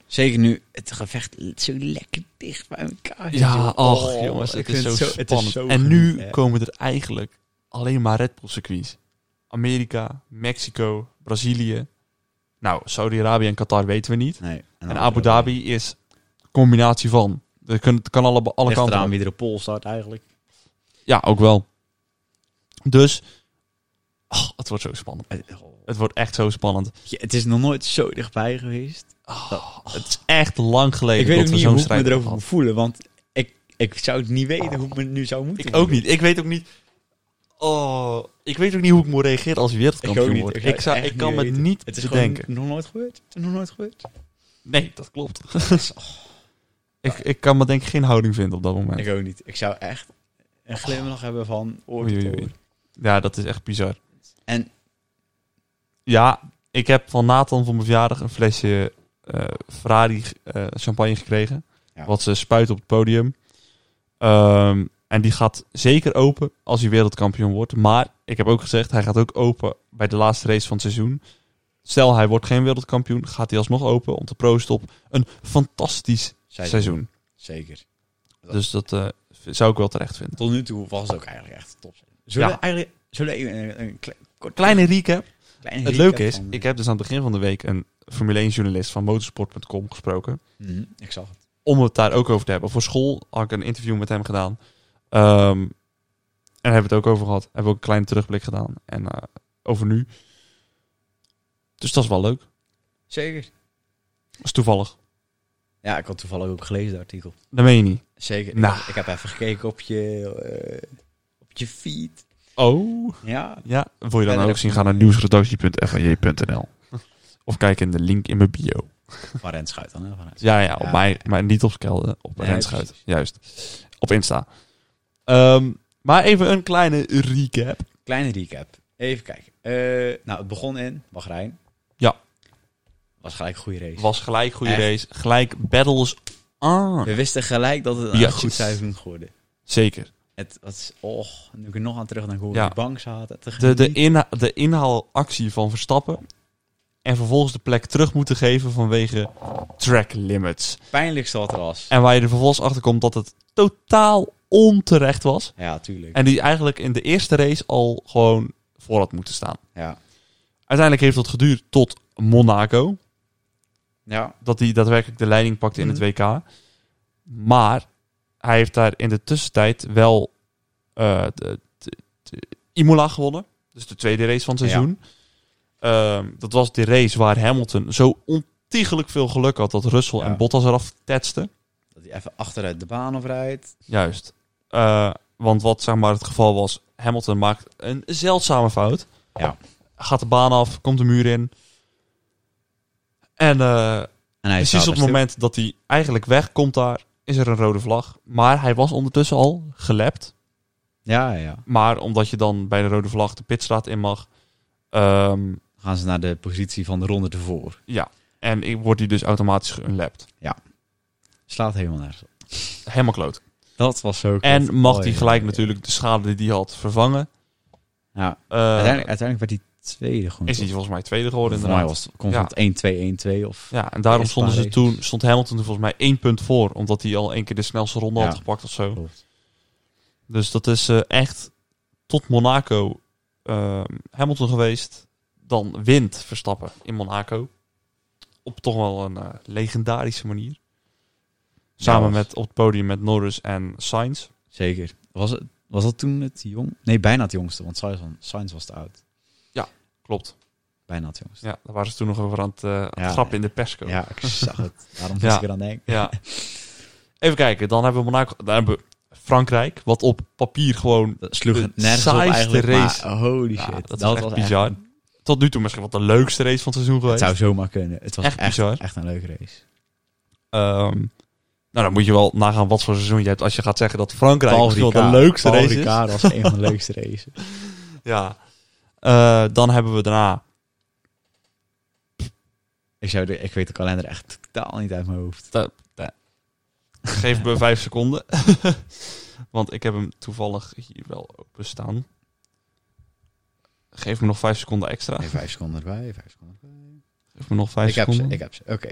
[SPEAKER 2] Zeker nu het gevecht zo lekker dicht bij elkaar zit,
[SPEAKER 1] Ja,
[SPEAKER 2] joh.
[SPEAKER 1] och
[SPEAKER 2] Oh,
[SPEAKER 1] jongens,
[SPEAKER 2] ik
[SPEAKER 1] het is
[SPEAKER 2] vind
[SPEAKER 1] zo
[SPEAKER 2] het is
[SPEAKER 1] spannend.
[SPEAKER 2] zo
[SPEAKER 1] en nu
[SPEAKER 2] genieten, hè.
[SPEAKER 1] komen er eigenlijk alleen maar Red Bull circuits. Amerika, Mexico, Brazilië. Nou, Saudi-Arabië en Qatar weten we niet.
[SPEAKER 2] Nee, nou, eh,
[SPEAKER 1] En Abu Dhabi Nou, is een combinatie van. Het kan, het kan alle, alle
[SPEAKER 2] Ligt
[SPEAKER 1] kanten
[SPEAKER 2] eraan
[SPEAKER 1] op.
[SPEAKER 2] wie er op pol staat eigenlijk.
[SPEAKER 1] Ja, ook wel. Dus, ach, het wordt zo spannend.
[SPEAKER 2] Eh, oh.
[SPEAKER 1] Het wordt echt zo spannend.
[SPEAKER 2] Ja, het is nog nooit zo dichtbij geweest.
[SPEAKER 1] Ah, het is echt lang geleden
[SPEAKER 2] Oh. ik weet
[SPEAKER 1] dat
[SPEAKER 2] ook
[SPEAKER 1] we
[SPEAKER 2] niet
[SPEAKER 1] zo'n
[SPEAKER 2] hoe ik me
[SPEAKER 1] strijd hebben
[SPEAKER 2] erover
[SPEAKER 1] gehad.
[SPEAKER 2] moet voelen, want ik, ik zou het niet weten hoe ik me nu zou moeten
[SPEAKER 1] Ik ook niet. Ik weet ook niet. Oh, ik weet ook niet hoe ik moet reageren als hij
[SPEAKER 2] Ik ook
[SPEAKER 1] wereldkampioen
[SPEAKER 2] niet.
[SPEAKER 1] wordt.
[SPEAKER 2] Ik
[SPEAKER 1] Ik,
[SPEAKER 2] zou
[SPEAKER 1] zou,
[SPEAKER 2] echt
[SPEAKER 1] ik kan
[SPEAKER 2] niet
[SPEAKER 1] me
[SPEAKER 2] weten.
[SPEAKER 1] niet
[SPEAKER 2] Het is
[SPEAKER 1] bedenken.
[SPEAKER 2] gewoon nog nooit gebeurd. Het is nog nooit gebeurd.
[SPEAKER 1] Nee, dat klopt. ik, ik kan me denk ik geen houding vinden op dat moment.
[SPEAKER 2] Ik ook niet. Ik zou echt een glimlach hebben van oor tot
[SPEAKER 1] Oei, oei, oei.
[SPEAKER 2] oor.
[SPEAKER 1] Ja, dat is echt bizar.
[SPEAKER 2] En-
[SPEAKER 1] Ja, ik heb van Nathan voor mijn verjaardag een flesje eh, Ferrari eh, champagne gekregen.
[SPEAKER 2] Ja.
[SPEAKER 1] Wat ze spuit op het podium. Ehm, en die gaat zeker open als hij wereldkampioen wordt. Maar ik heb ook gezegd, hij gaat ook open bij de laatste race van het seizoen. Stel, hij wordt geen wereldkampioen, gaat hij alsnog open om te proosten op een fantastisch
[SPEAKER 2] Seizoen.
[SPEAKER 1] seizoen.
[SPEAKER 2] Zeker. Dat-
[SPEAKER 1] Dus dat eh, v- zou ik wel terecht vinden.
[SPEAKER 2] Tot nu toe was het ook eigenlijk echt top. Zullen
[SPEAKER 1] Ja.
[SPEAKER 2] we eigenlijk zullen we even een, een kle- kort-
[SPEAKER 1] Kleine recap.
[SPEAKER 2] kleine
[SPEAKER 1] Het
[SPEAKER 2] recap
[SPEAKER 1] leuke is,
[SPEAKER 2] van-
[SPEAKER 1] ik heb dus aan het begin van de week een Formule 1-journalist van motorsport.com gesproken.
[SPEAKER 2] Mhm, ik zag het.
[SPEAKER 1] Om het daar ook over te hebben. Voor school had ik een interview met hem gedaan. Ehm, en hebben we het ook over gehad. Hebben we ook een kleine terugblik gedaan. En eh, over nu. Dus dat is wel leuk.
[SPEAKER 2] Zeker.
[SPEAKER 1] Dat is toevallig.
[SPEAKER 2] Ja, ik had toevallig ook gelezen het artikel.
[SPEAKER 1] Dat meen je niet.
[SPEAKER 2] Zeker. Ik,
[SPEAKER 1] Nou.
[SPEAKER 2] heb, ik heb even gekeken op je, eh, op je feed.
[SPEAKER 1] Oh.
[SPEAKER 2] Ja.
[SPEAKER 1] Ja, wil je dan
[SPEAKER 2] Verder
[SPEAKER 1] ook
[SPEAKER 2] heb
[SPEAKER 1] zien?
[SPEAKER 2] ik-
[SPEAKER 1] Ga naar nieuwsredactie.faj.nl Of kijk in de link in mijn bio.
[SPEAKER 2] Van Rens Schuit dan, hè? Van Rens.
[SPEAKER 1] Ja, ja, op
[SPEAKER 2] Ja.
[SPEAKER 1] mij, maar niet op Skelde, op
[SPEAKER 2] Nee,
[SPEAKER 1] Renschuit.
[SPEAKER 2] precies.
[SPEAKER 1] Juist. Op Insta. Ehm, maar even een kleine recap.
[SPEAKER 2] Kleine recap. Even kijken. Eh, nou, het begon in Bahrein.
[SPEAKER 1] Ja.
[SPEAKER 2] Was gelijk een goede race.
[SPEAKER 1] Was gelijk goede
[SPEAKER 2] Echt?
[SPEAKER 1] race. Gelijk battles aan.
[SPEAKER 2] We wisten gelijk dat het een
[SPEAKER 1] Ja,
[SPEAKER 2] goed
[SPEAKER 1] yes.
[SPEAKER 2] cijfer moet worden.
[SPEAKER 1] Zeker.
[SPEAKER 2] Het was, och, nu ik er nog aan terug naar hoe we
[SPEAKER 1] Ja.
[SPEAKER 2] op de bank zaten. te
[SPEAKER 1] De, de,
[SPEAKER 2] genieten.
[SPEAKER 1] inha- de inhaalactie van Verstappen. En vervolgens de plek terug moeten geven vanwege track limits.
[SPEAKER 2] pijnlijkste wat er was.
[SPEAKER 1] En waar je er vervolgens achter komt dat het totaal onterecht was.
[SPEAKER 2] Ja, tuurlijk.
[SPEAKER 1] En die eigenlijk in de eerste race al gewoon voor had moeten staan.
[SPEAKER 2] Ja.
[SPEAKER 1] Uiteindelijk heeft dat geduurd tot Monaco.
[SPEAKER 2] Ja.
[SPEAKER 1] dat hij daadwerkelijk de leiding pakte in
[SPEAKER 2] Mhm.
[SPEAKER 1] het WK. Maar hij heeft daar in de tussentijd wel eh, de, de- de Imola gewonnen. Dus de tweede race van het
[SPEAKER 2] Ja.
[SPEAKER 1] seizoen. Ehm, dat was de race waar Hamilton zo ontiegelijk veel geluk had dat Russell
[SPEAKER 2] Ja.
[SPEAKER 1] en Bottas eraf tetsten.
[SPEAKER 2] Dat hij even achteruit de baan of rijdt.
[SPEAKER 1] Juist. Eh, want wat zeg maar het geval was, Hamilton maakt een zeldzame fout.
[SPEAKER 2] Ja.
[SPEAKER 1] Gaat de baan af, komt de muur in. En eh,
[SPEAKER 2] En hij staat
[SPEAKER 1] Precies op
[SPEAKER 2] er
[SPEAKER 1] het moment dat hij eigenlijk wegkomt daar, is er een rode vlag. Maar hij was ondertussen al gelept.
[SPEAKER 2] stil. Ja, ja, ja.
[SPEAKER 1] Maar omdat je dan bij de rode vlag de pitstraat in mag. ehm,
[SPEAKER 2] Dan gaan ze naar de positie van de ronde ervoor.
[SPEAKER 1] en ik- wordt hij dus automatisch geunlapt.
[SPEAKER 2] Slaat helemaal nergens op.
[SPEAKER 1] Helemaal kloot.
[SPEAKER 2] Dat was zo kut.
[SPEAKER 1] En mag
[SPEAKER 2] Oh,
[SPEAKER 1] hij
[SPEAKER 2] ja,
[SPEAKER 1] gelijk
[SPEAKER 2] ja, ja.
[SPEAKER 1] natuurlijk de schade die hij had vervangen.
[SPEAKER 2] Ja,
[SPEAKER 1] Eh,
[SPEAKER 2] uiteindelijk, uiteindelijk werd hij tweede gewoon.
[SPEAKER 1] is hij volgens mij tweede geworden
[SPEAKER 2] Voor mij
[SPEAKER 1] inderdaad.
[SPEAKER 2] was constant 1-2-1-2 of...
[SPEAKER 1] Ja, en daarom
[SPEAKER 2] Eerst
[SPEAKER 1] stonden ze
[SPEAKER 2] paar
[SPEAKER 1] toen, stond Hamilton er volgens mij één punt voor. Omdat hij al één keer de snelste ronde had
[SPEAKER 2] Ja.
[SPEAKER 1] gepakt of zo.
[SPEAKER 2] Klopt.
[SPEAKER 1] Dus dat is eh, echt tot Monaco ehm, Hamilton geweest. Dan wint Verstappen in Monaco. Op toch wel een eh, legendarische manier. Samen
[SPEAKER 2] Ja, was-
[SPEAKER 1] met op het podium met Norris en Sainz.
[SPEAKER 2] Zeker. Was, het, was dat toen het jong? Nee, bijna het jongste, want Sainz was, Sainz was te oud.
[SPEAKER 1] Klopt.
[SPEAKER 2] Bijna het jongste.
[SPEAKER 1] Ja, daar waren ze toen nog over aan het, eh, aan het
[SPEAKER 2] Ja.
[SPEAKER 1] grappen in de persco.
[SPEAKER 2] Ja, ik zag het. Daarom
[SPEAKER 1] Ja.
[SPEAKER 2] moest ik eraan denken.
[SPEAKER 1] Ja. Even kijken, dan hebben we Monaco, dan hebben we Frankrijk, wat op papier gewoon
[SPEAKER 2] Dat sloeg
[SPEAKER 1] De
[SPEAKER 2] het nergens op
[SPEAKER 1] saaiste
[SPEAKER 2] eigenlijk,
[SPEAKER 1] race.
[SPEAKER 2] maar holy
[SPEAKER 1] Ja,
[SPEAKER 2] shit.
[SPEAKER 1] dat,
[SPEAKER 2] dat
[SPEAKER 1] is echt
[SPEAKER 2] was
[SPEAKER 1] bizar. Tot nu toe misschien wat de leukste race van het seizoen
[SPEAKER 2] Het
[SPEAKER 1] geweest.
[SPEAKER 2] zou zomaar kunnen. Het was
[SPEAKER 1] Echt
[SPEAKER 2] echt, echt,
[SPEAKER 1] bizar.
[SPEAKER 2] een leuke race.
[SPEAKER 1] Ehm, Nou, dan moet je wel nagaan wat voor seizoen je hebt. Als je gaat zeggen dat Frankrijk
[SPEAKER 2] Paul
[SPEAKER 1] misschien wel de
[SPEAKER 2] Ricard.
[SPEAKER 1] leukste
[SPEAKER 2] Paul
[SPEAKER 1] race is.
[SPEAKER 2] Ricard was een van de leukste races.
[SPEAKER 1] Ja. Eh, dan hebben we daarna...
[SPEAKER 2] Ik, zou de, ik weet de kalender echt totaal niet uit mijn hoofd.
[SPEAKER 1] Geef me vijf seconden. Want ik heb hem toevallig hier wel openstaan. Geef me nog vijf seconden extra.
[SPEAKER 3] Nee, vijf seconden erbij, vijf seconden erbij.
[SPEAKER 1] Geef me nog Ah. vijf
[SPEAKER 3] ik heb
[SPEAKER 1] seconden.
[SPEAKER 3] ze, ik heb ze. Oké.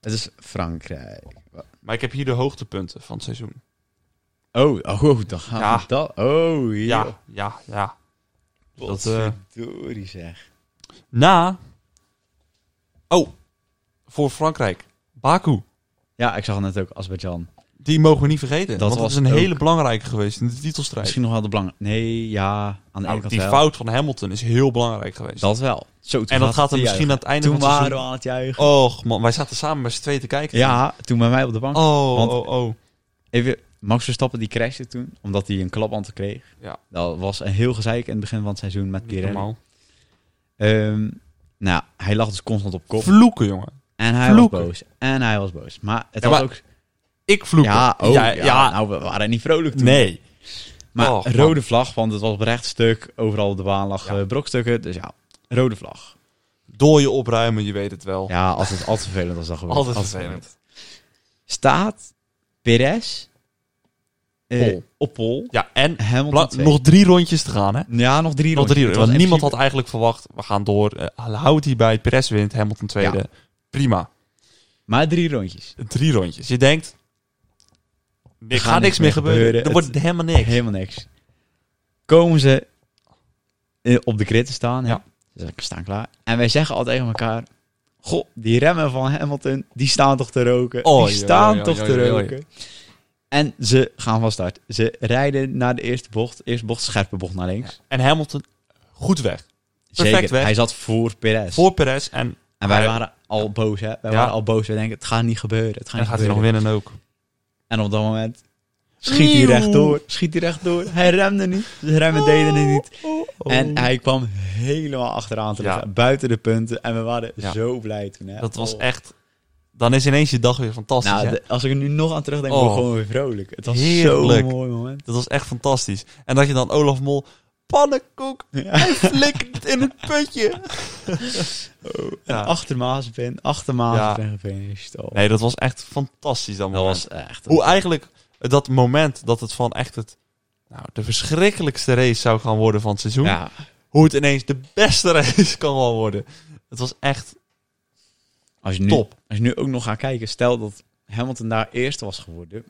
[SPEAKER 3] Het is Frankrijk.
[SPEAKER 1] Maar ik heb hier de hoogtepunten van het seizoen.
[SPEAKER 3] Oh, oh, oh, dan gaan
[SPEAKER 1] Ja.
[SPEAKER 3] we dat. Oh, hier.
[SPEAKER 1] Ja, ja, ja. Dus dat, eh,
[SPEAKER 3] Verdorie zeg.
[SPEAKER 1] na... Oh, voor Frankrijk. Baku.
[SPEAKER 2] Ja, ik zag het net ook, Azerbaijan.
[SPEAKER 1] Die mogen we niet vergeten.
[SPEAKER 2] Dat
[SPEAKER 1] want dat
[SPEAKER 2] was
[SPEAKER 1] is een
[SPEAKER 2] ook-
[SPEAKER 1] hele belangrijke geweest in de titelstrijd.
[SPEAKER 2] Misschien nog wel de belangrijkste. Nee, ja, aan de
[SPEAKER 1] Nou,
[SPEAKER 2] ene kant
[SPEAKER 1] die
[SPEAKER 2] wel.
[SPEAKER 1] fout van Hamilton is heel belangrijk geweest.
[SPEAKER 2] Dat wel. Zo, toen
[SPEAKER 1] en dat
[SPEAKER 2] zaten
[SPEAKER 1] gaat
[SPEAKER 2] we
[SPEAKER 1] er
[SPEAKER 2] te
[SPEAKER 1] misschien aan het einde
[SPEAKER 2] juichen. Toen
[SPEAKER 1] van het
[SPEAKER 2] waren we
[SPEAKER 1] seizoen...
[SPEAKER 2] aan het juichen.
[SPEAKER 1] Och man, wij zaten samen met z'n tweeën te kijken.
[SPEAKER 2] Ja, toen bij mij op de bank.
[SPEAKER 1] Oh,
[SPEAKER 2] Want-
[SPEAKER 1] oh, oh.
[SPEAKER 2] Even, Max Verstappen die crashte toen, omdat hij een klapband kreeg.
[SPEAKER 1] Ja.
[SPEAKER 2] Dat was een heel gezeik in het begin van het seizoen met
[SPEAKER 1] Niet
[SPEAKER 2] Pirelli.
[SPEAKER 1] normaal.
[SPEAKER 2] Ehm nou, hij lag dus constant op kop.
[SPEAKER 1] Vloeken, jongen.
[SPEAKER 2] en hij
[SPEAKER 1] vloeken.
[SPEAKER 2] was boos. En hij was boos. Maar het
[SPEAKER 1] Ja,
[SPEAKER 2] was
[SPEAKER 1] maar-
[SPEAKER 2] ook...
[SPEAKER 1] Ik vloeken.
[SPEAKER 2] Ja, oh, ja,
[SPEAKER 1] ja. ja.
[SPEAKER 2] nou, we waren niet vrolijk toen.
[SPEAKER 1] nee.
[SPEAKER 2] Maar
[SPEAKER 1] Och, man.
[SPEAKER 2] rode vlag, want het was op recht stuk. Overal op de baan lag
[SPEAKER 1] Ja.
[SPEAKER 2] eh, brokstukken. Dus ja, rode vlag.
[SPEAKER 1] Door je opruimen, je weet het wel.
[SPEAKER 2] Ja, altijd, altijd vervelend als dat gebeurt.
[SPEAKER 1] Oh. Altijd vervelend.
[SPEAKER 2] Staat Perez eh,
[SPEAKER 1] Pol.
[SPEAKER 2] op pol.
[SPEAKER 1] Ja, en
[SPEAKER 2] Hamilton
[SPEAKER 1] bla-
[SPEAKER 2] twee.
[SPEAKER 1] nog drie rondjes te gaan, hè?
[SPEAKER 2] ja, nog
[SPEAKER 1] Nog drie
[SPEAKER 2] drie rondjes.
[SPEAKER 1] rondjes.
[SPEAKER 2] Het
[SPEAKER 1] Want
[SPEAKER 2] was in
[SPEAKER 1] niemand had
[SPEAKER 2] principe-
[SPEAKER 1] eigenlijk verwacht, we gaan door. Eh, houd die bij, Perez wint, Hamilton tweede. Prima.
[SPEAKER 2] Maar drie rondjes.
[SPEAKER 1] Drie rondjes. Je denkt, er
[SPEAKER 2] gaat
[SPEAKER 1] gaat niks meer gebeuren. Er
[SPEAKER 2] Het-
[SPEAKER 1] wordt helemaal niks.
[SPEAKER 2] Helemaal niks. Komen ze eh, op de grid te staan. hè?
[SPEAKER 1] Ja.
[SPEAKER 2] Ze staan klaar. En wij zeggen al tegen elkaar... Goh, die remmen van Hamilton, die staan toch te roken.
[SPEAKER 1] Oei,
[SPEAKER 2] die staan
[SPEAKER 1] oei, oei,
[SPEAKER 2] toch te
[SPEAKER 1] oei, oei.
[SPEAKER 2] roken. En ze gaan van start. Ze rijden naar de eerste bocht. Eerste bocht, scherpe bocht naar links.
[SPEAKER 1] En Hamilton, goed weg. Perfect
[SPEAKER 2] Zeker.
[SPEAKER 1] weg.
[SPEAKER 2] Hij zat voor Perez.
[SPEAKER 1] Voor Perez en
[SPEAKER 2] En wij
[SPEAKER 1] Hij-
[SPEAKER 2] waren al boos, hè? Wij
[SPEAKER 1] Ja.
[SPEAKER 2] waren al boos. We denken, het gaat niet gebeuren. Het gaat
[SPEAKER 1] dan
[SPEAKER 2] niet
[SPEAKER 1] gaat hij nog
[SPEAKER 2] gebeuren.
[SPEAKER 1] winnen ook.
[SPEAKER 2] En op dat moment schiet hij
[SPEAKER 1] Nieuw.
[SPEAKER 2] rechtdoor. Schiet hij rechtdoor. Hij remde niet. De remmen deden het niet.
[SPEAKER 1] Oh,
[SPEAKER 2] En hij kwam helemaal achteraan te
[SPEAKER 1] Ja.
[SPEAKER 2] liggen. Buiten de punten. En we waren
[SPEAKER 1] Ja.
[SPEAKER 2] zo blij toen, hè?
[SPEAKER 1] Dat was
[SPEAKER 2] Oh.
[SPEAKER 1] echt... Dan is ineens je dag weer fantastisch,
[SPEAKER 2] Nou,
[SPEAKER 1] hè?
[SPEAKER 2] de- als ik er nu nog aan terugdenk,
[SPEAKER 1] Oh.
[SPEAKER 2] word ik gewoon weer vrolijk. Het was
[SPEAKER 1] Heerlijk.
[SPEAKER 2] zo'n mooi moment.
[SPEAKER 1] Dat was echt fantastisch. En dat je dan Olaf Mol... Pannenkoek, hij flikkert het in het putje.
[SPEAKER 2] Oh.
[SPEAKER 1] Ja.
[SPEAKER 2] En achter Mazepin, achter Mazepin gefinished. Oh.
[SPEAKER 1] Nee, dat was echt fantastisch dat
[SPEAKER 2] dat
[SPEAKER 1] moment.
[SPEAKER 2] was echt...
[SPEAKER 1] Hoe eigenlijk dat moment dat het van echt het... Nou, de verschrikkelijkste race zou gaan worden van het seizoen.
[SPEAKER 2] Ja.
[SPEAKER 1] Hoe het ineens de beste race kan gaan worden. Het was echt
[SPEAKER 2] Als je, nu,
[SPEAKER 1] Top.
[SPEAKER 2] als je nu ook nog gaat kijken, stel dat Hamilton daar eerste was geworden,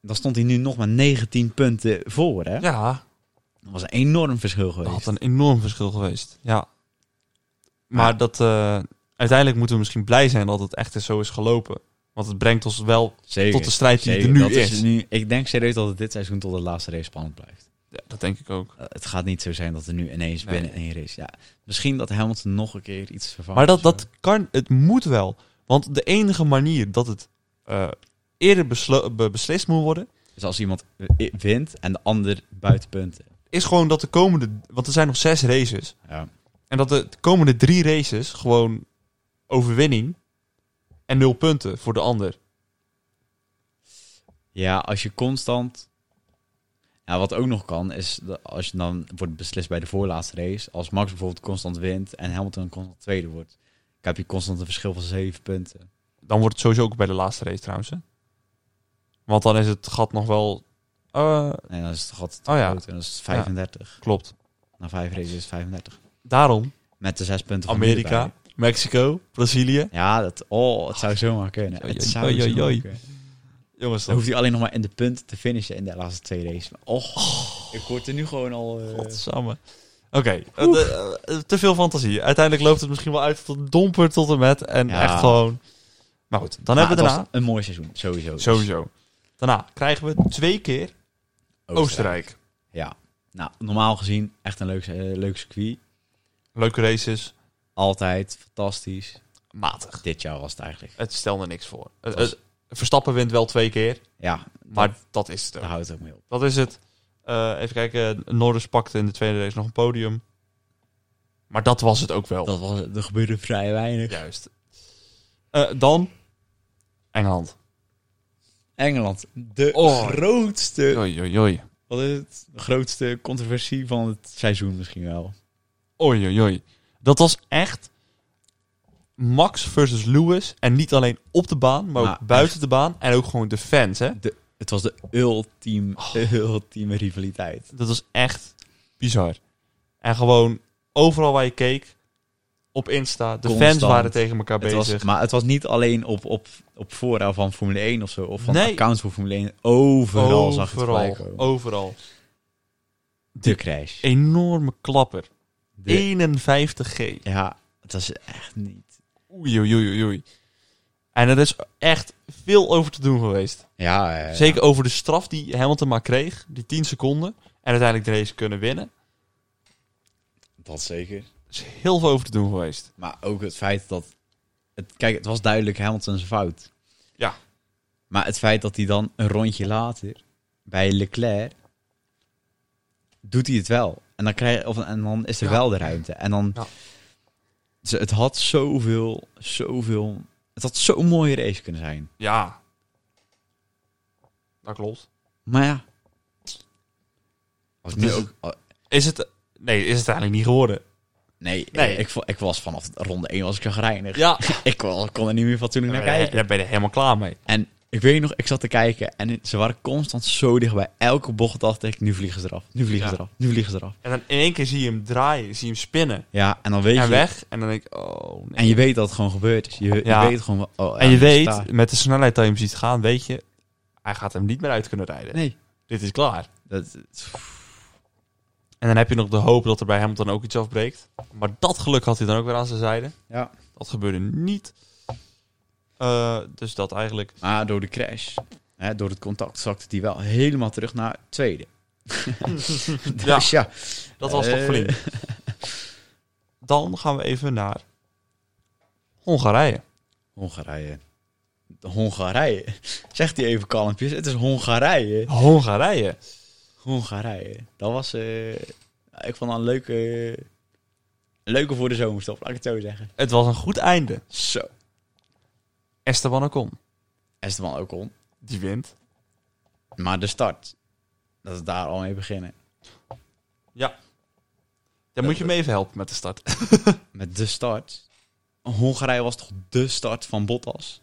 [SPEAKER 2] dan stond hij nu nog maar 19 punten voor. Hè?
[SPEAKER 1] Ja,
[SPEAKER 2] Dat was een enorm verschil
[SPEAKER 1] dat had
[SPEAKER 2] geweest.
[SPEAKER 1] een enorm verschil geweest. Ja. Maar
[SPEAKER 2] Ja.
[SPEAKER 1] dat eh, uiteindelijk moeten we misschien blij zijn dat het echt eens zo is gelopen. Want het brengt ons wel
[SPEAKER 2] Zeker.
[SPEAKER 1] tot de strijd die
[SPEAKER 2] Zeker.
[SPEAKER 1] er nu
[SPEAKER 2] dat
[SPEAKER 1] is.
[SPEAKER 2] nu, ik denk serieus dat het dit seizoen tot de laatste race spannend blijft.
[SPEAKER 1] Ja, dat denk ik ook.
[SPEAKER 2] Uh, Het gaat niet zo zijn dat er nu ineens
[SPEAKER 1] Nee.
[SPEAKER 2] binnen één race... Ja, misschien dat Hamilton nog een keer iets vervangt.
[SPEAKER 1] Maar dat,
[SPEAKER 2] of zo.
[SPEAKER 1] dat kan, het moet wel. Want de enige manier dat het eh, eerder beslo- be- beslist moet worden,
[SPEAKER 2] Dus als iemand eh, wint en de ander buiten punten.
[SPEAKER 1] is gewoon dat de komende. Want er zijn nog zes races.
[SPEAKER 2] Ja.
[SPEAKER 1] En dat de komende drie races gewoon overwinning en nul punten voor de ander.
[SPEAKER 2] Ja, als je constant. Ja, wat ook nog kan, is dat als je dan wordt beslist bij de voorlaatste race. Als Max bijvoorbeeld constant wint en Hamilton constant tweede wordt. Dan heb je constant een verschil van zeven punten.
[SPEAKER 1] Dan wordt het sowieso ook bij de laatste race trouwens. Hè? Want dan is het gat nog wel. eh,
[SPEAKER 2] En dan is het gat
[SPEAKER 1] Oh ja.
[SPEAKER 2] groot en dan is het 35.
[SPEAKER 1] klopt.
[SPEAKER 2] Na vijf races is het 35.
[SPEAKER 1] Daarom
[SPEAKER 2] Met de zes punten van
[SPEAKER 1] Amerika,
[SPEAKER 2] erbij.
[SPEAKER 1] Mexico, Brazilië.
[SPEAKER 2] Ja, dat, oh, het zou zomaar kunnen.
[SPEAKER 1] Oei,
[SPEAKER 2] Het
[SPEAKER 1] oei,
[SPEAKER 2] zou
[SPEAKER 1] oei,
[SPEAKER 2] zomaar
[SPEAKER 1] oei.
[SPEAKER 2] kunnen.
[SPEAKER 1] Jongens,
[SPEAKER 2] Dan
[SPEAKER 1] dat
[SPEAKER 2] hoeft hij alleen nog maar in de punten te finishen in de laatste twee races. Maar Och, ik word er nu gewoon al... eh,
[SPEAKER 1] Godsamme. Oké, eh, de- eh, te veel fantasie. Uiteindelijk loopt het misschien wel uit tot een domper tot en met. En
[SPEAKER 2] Ja.
[SPEAKER 1] echt gewoon... Maar goed, dan
[SPEAKER 2] maar
[SPEAKER 1] hebben we
[SPEAKER 2] het Ah, was
[SPEAKER 1] daarna...
[SPEAKER 2] Een mooi seizoen, sowieso.
[SPEAKER 1] Sowieso. Daarna krijgen we twee keer Oostenrijk.
[SPEAKER 2] Ja, nou, normaal gezien echt een leuk, eh, leuk circuit.
[SPEAKER 1] Leuke races.
[SPEAKER 2] Altijd fantastisch.
[SPEAKER 1] Matig.
[SPEAKER 2] Dit jaar was het eigenlijk.
[SPEAKER 1] Het stelde niks voor. Het-
[SPEAKER 2] Was-
[SPEAKER 1] het- Verstappen wint wel twee keer,
[SPEAKER 2] Ja,
[SPEAKER 1] maar dat is het ook.
[SPEAKER 2] daar houdt het ook mee op.
[SPEAKER 1] Dat is het. Eh, even kijken, Norris pakte in de tweede race nog een podium. Maar dat was het ook wel.
[SPEAKER 2] Dat was het. Er gebeurde vrij weinig.
[SPEAKER 1] Juist. Eh, dan Engeland.
[SPEAKER 2] Engeland. De
[SPEAKER 1] Oh.
[SPEAKER 2] grootste,
[SPEAKER 1] Joi, joi, joi.
[SPEAKER 2] wat is het? De grootste controversie van het seizoen misschien wel.
[SPEAKER 1] Oei, oei, oei. Dat was echt Max versus Lewis. En niet alleen op de baan, maar ook
[SPEAKER 2] Maar
[SPEAKER 1] buiten de baan. En ook gewoon de fans, hè.
[SPEAKER 2] Het was de ultieme,
[SPEAKER 1] Oh.
[SPEAKER 2] ultieme rivaliteit.
[SPEAKER 1] Dat was echt bizar. En gewoon overal waar je keek, op Insta, de
[SPEAKER 2] Constant.
[SPEAKER 1] fans waren tegen elkaar
[SPEAKER 2] Het
[SPEAKER 1] bezig.
[SPEAKER 2] was, maar het was niet alleen op, op, op fora van Formule 1 of zo. Of van
[SPEAKER 1] Nee.
[SPEAKER 2] accounts van Formule 1. Overal, zag je het voorbij
[SPEAKER 1] overal, Oh,
[SPEAKER 2] komen.
[SPEAKER 1] overal.
[SPEAKER 2] De crash.
[SPEAKER 1] Enorme klapper.
[SPEAKER 2] De-
[SPEAKER 1] 51G.
[SPEAKER 2] ja, het was echt niet...
[SPEAKER 1] Oei, oei, oei, oei. En er is echt veel over te doen geweest.
[SPEAKER 2] Ja, eh,
[SPEAKER 1] Zeker over de straf die Hamilton maar kreeg, die 10 seconden. En uiteindelijk de race kunnen winnen.
[SPEAKER 2] dat zeker.
[SPEAKER 1] Er is heel veel over te doen geweest.
[SPEAKER 2] Maar ook het feit dat... Het, kijk, het was duidelijk Hamilton's fout.
[SPEAKER 1] Ja.
[SPEAKER 2] Maar het feit dat hij dan een rondje later bij Leclerc doet hij het wel. En dan, krijg, of, en dan is er
[SPEAKER 1] Ja.
[SPEAKER 2] wel de ruimte. En dan...
[SPEAKER 1] Ja.
[SPEAKER 2] Ze- Het had zoveel, zoveel... Het had zo'n mooie race kunnen zijn.
[SPEAKER 1] Ja. Dat klopt.
[SPEAKER 2] Maar ja... Dus- Als
[SPEAKER 1] Het is-
[SPEAKER 2] oh,
[SPEAKER 1] Is het... Nee, is het eigenlijk niet geworden.
[SPEAKER 2] nee,
[SPEAKER 1] Nee.
[SPEAKER 2] Ik, ik, vo- ik was vanaf ronde 1 was ik chagrijnig.
[SPEAKER 1] Ja.
[SPEAKER 2] Ik kon, kon er niet meer fatsoenlijk naar
[SPEAKER 1] Daar ben je-
[SPEAKER 2] kijken.
[SPEAKER 1] Daar ben je helemaal klaar mee.
[SPEAKER 2] En ik weet nog, ik zat te kijken en ze waren constant zo dichtbij. Elke bocht dacht ik, nu vliegen ze eraf, nu vliegen ze
[SPEAKER 1] Ja.
[SPEAKER 2] eraf, nu vliegen ze eraf.
[SPEAKER 1] En dan in één keer zie je hem draaien, zie je hem spinnen.
[SPEAKER 2] Ja, en dan weet
[SPEAKER 1] en
[SPEAKER 2] je...
[SPEAKER 1] weg. En dan denk ik, oh nee.
[SPEAKER 2] En je weet dat het gewoon gebeurd is. Je, je
[SPEAKER 1] Ja.
[SPEAKER 2] weet gewoon... wel- Oh, ja,
[SPEAKER 1] En je
[SPEAKER 2] dat is
[SPEAKER 1] weet,
[SPEAKER 2] daar.
[SPEAKER 1] met de snelheid dat je hem ziet gaan, weet je, hij gaat hem niet meer uit kunnen rijden.
[SPEAKER 2] Nee.
[SPEAKER 1] Dit is klaar.
[SPEAKER 2] Dat,
[SPEAKER 1] En dan heb je nog de hoop dat er bij Hamilton ook iets afbreekt. Maar dat geluk had hij dan ook weer aan zijn zijde.
[SPEAKER 2] ja.
[SPEAKER 1] Dat gebeurde niet. Eh, dus dat eigenlijk.
[SPEAKER 2] Maar door de crash, hè, door het contact, zakte die wel helemaal terug naar het tweede.
[SPEAKER 1] Ja.
[SPEAKER 2] Dus ja.
[SPEAKER 1] Dat was
[SPEAKER 2] Eh.
[SPEAKER 1] toch flink. Dan gaan we even naar Hongarije.
[SPEAKER 2] Hongarije. Hongarije. Zegt hij even kalmpjes. Het is Hongarije.
[SPEAKER 1] Hongarije.
[SPEAKER 2] Hongarije. Dat was... eh, ik vond dat een leuke... een leuke voor de zomerstop, laat ik het zo zeggen.
[SPEAKER 1] Het was een goed einde.
[SPEAKER 2] Zo. Esteban
[SPEAKER 1] Esteban Ocon.
[SPEAKER 2] Esteban Ocon.
[SPEAKER 1] Die wint.
[SPEAKER 2] Maar de start. Dat we daar al mee beginnen.
[SPEAKER 1] Dan moet je me even helpen met de start.
[SPEAKER 2] Met de start. Hongarije was toch de start van Bottas?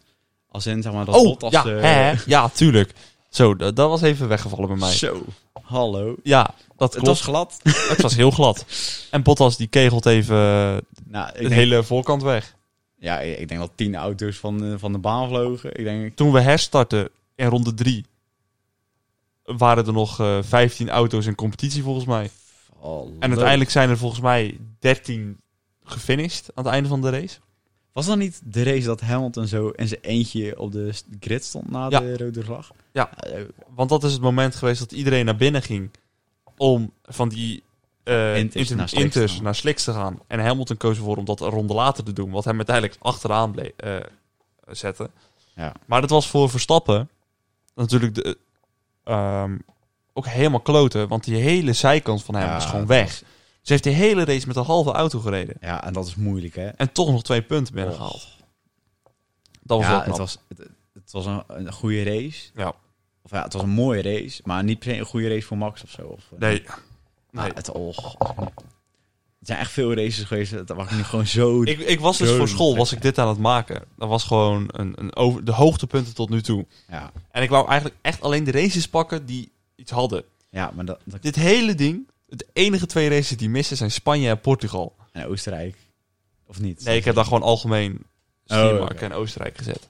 [SPEAKER 2] Als in, zeg maar, dat
[SPEAKER 1] Oh,
[SPEAKER 2] Bottas...
[SPEAKER 1] ja,
[SPEAKER 2] eh,
[SPEAKER 1] hè, hè. ja, tuurlijk. Zo, dat, dat was even weggevallen bij mij.
[SPEAKER 2] Zo. Hallo.
[SPEAKER 1] Ja, dat
[SPEAKER 2] Het was
[SPEAKER 1] klopt.
[SPEAKER 2] glad.
[SPEAKER 1] Het was heel glad. En Bottas die kegelt even de
[SPEAKER 2] nou, ik denk,
[SPEAKER 1] hele voorkant weg.
[SPEAKER 2] ja, ik ik denk dat tien auto's van, eh, van de baan vlogen. Ik denk,
[SPEAKER 1] Toen we herstarten in ronde 3 waren er nog eh 15 auto's in competitie volgens mij.
[SPEAKER 2] hallo.
[SPEAKER 1] En uiteindelijk zijn er volgens mij 13 gefinished aan het einde van de race.
[SPEAKER 2] Was dat niet de race dat Hamilton zo in zijn eentje op de s- grid stond na
[SPEAKER 1] Ja.
[SPEAKER 2] de rode vlag?
[SPEAKER 1] Ja. Nou
[SPEAKER 2] Eh,
[SPEAKER 1] Want dat is het moment geweest dat iedereen naar binnen ging om van die eh,
[SPEAKER 2] Inters
[SPEAKER 1] inter-
[SPEAKER 2] naar slicks te
[SPEAKER 1] inters
[SPEAKER 2] gaan.
[SPEAKER 1] naar slicks te gaan. En Hamilton koos ervoor om dat een ronde later te doen, wat hem uiteindelijk achteraan ble- eh, zette.
[SPEAKER 2] Ja.
[SPEAKER 1] Maar dat was voor Verstappen natuurlijk de, ehm, ook helemaal kloten, want die hele zijkant van hem
[SPEAKER 2] Ja,
[SPEAKER 1] was gewoon
[SPEAKER 2] dat
[SPEAKER 1] weg. Dus heeft de hele race met een halve auto gereden
[SPEAKER 2] ja, en dat is moeilijk, hè?
[SPEAKER 1] en toch nog twee punten binnengehaald. Dat was wel
[SPEAKER 2] ja,
[SPEAKER 1] knap.
[SPEAKER 2] het was, het, het was een, een goede race.
[SPEAKER 1] Ja.
[SPEAKER 2] Of ja, het was een mooie race, maar niet per se een goede race voor Max of zo. Of, eh,
[SPEAKER 1] Nee,
[SPEAKER 2] maar
[SPEAKER 1] nee.
[SPEAKER 2] het, och, er zijn echt veel races geweest dat- waar ik nu gewoon zo...
[SPEAKER 1] Ik, ik was dus
[SPEAKER 2] Zo
[SPEAKER 1] voor school,
[SPEAKER 2] lekker.
[SPEAKER 1] was ik dit aan het maken. Dat was gewoon een, een over, de hoogtepunten tot nu toe.
[SPEAKER 2] Ja,
[SPEAKER 1] En ik wou eigenlijk echt alleen de races pakken die iets hadden.
[SPEAKER 2] ja maar dat, dat-
[SPEAKER 1] Dit hele ding, de enige twee races die missen zijn Spanje en Portugal.
[SPEAKER 2] en Oostenrijk, of niet?
[SPEAKER 1] Nee, ik heb daar gewoon algemeen Denemarken
[SPEAKER 2] Oh, oké.
[SPEAKER 1] en Oostenrijk gezet.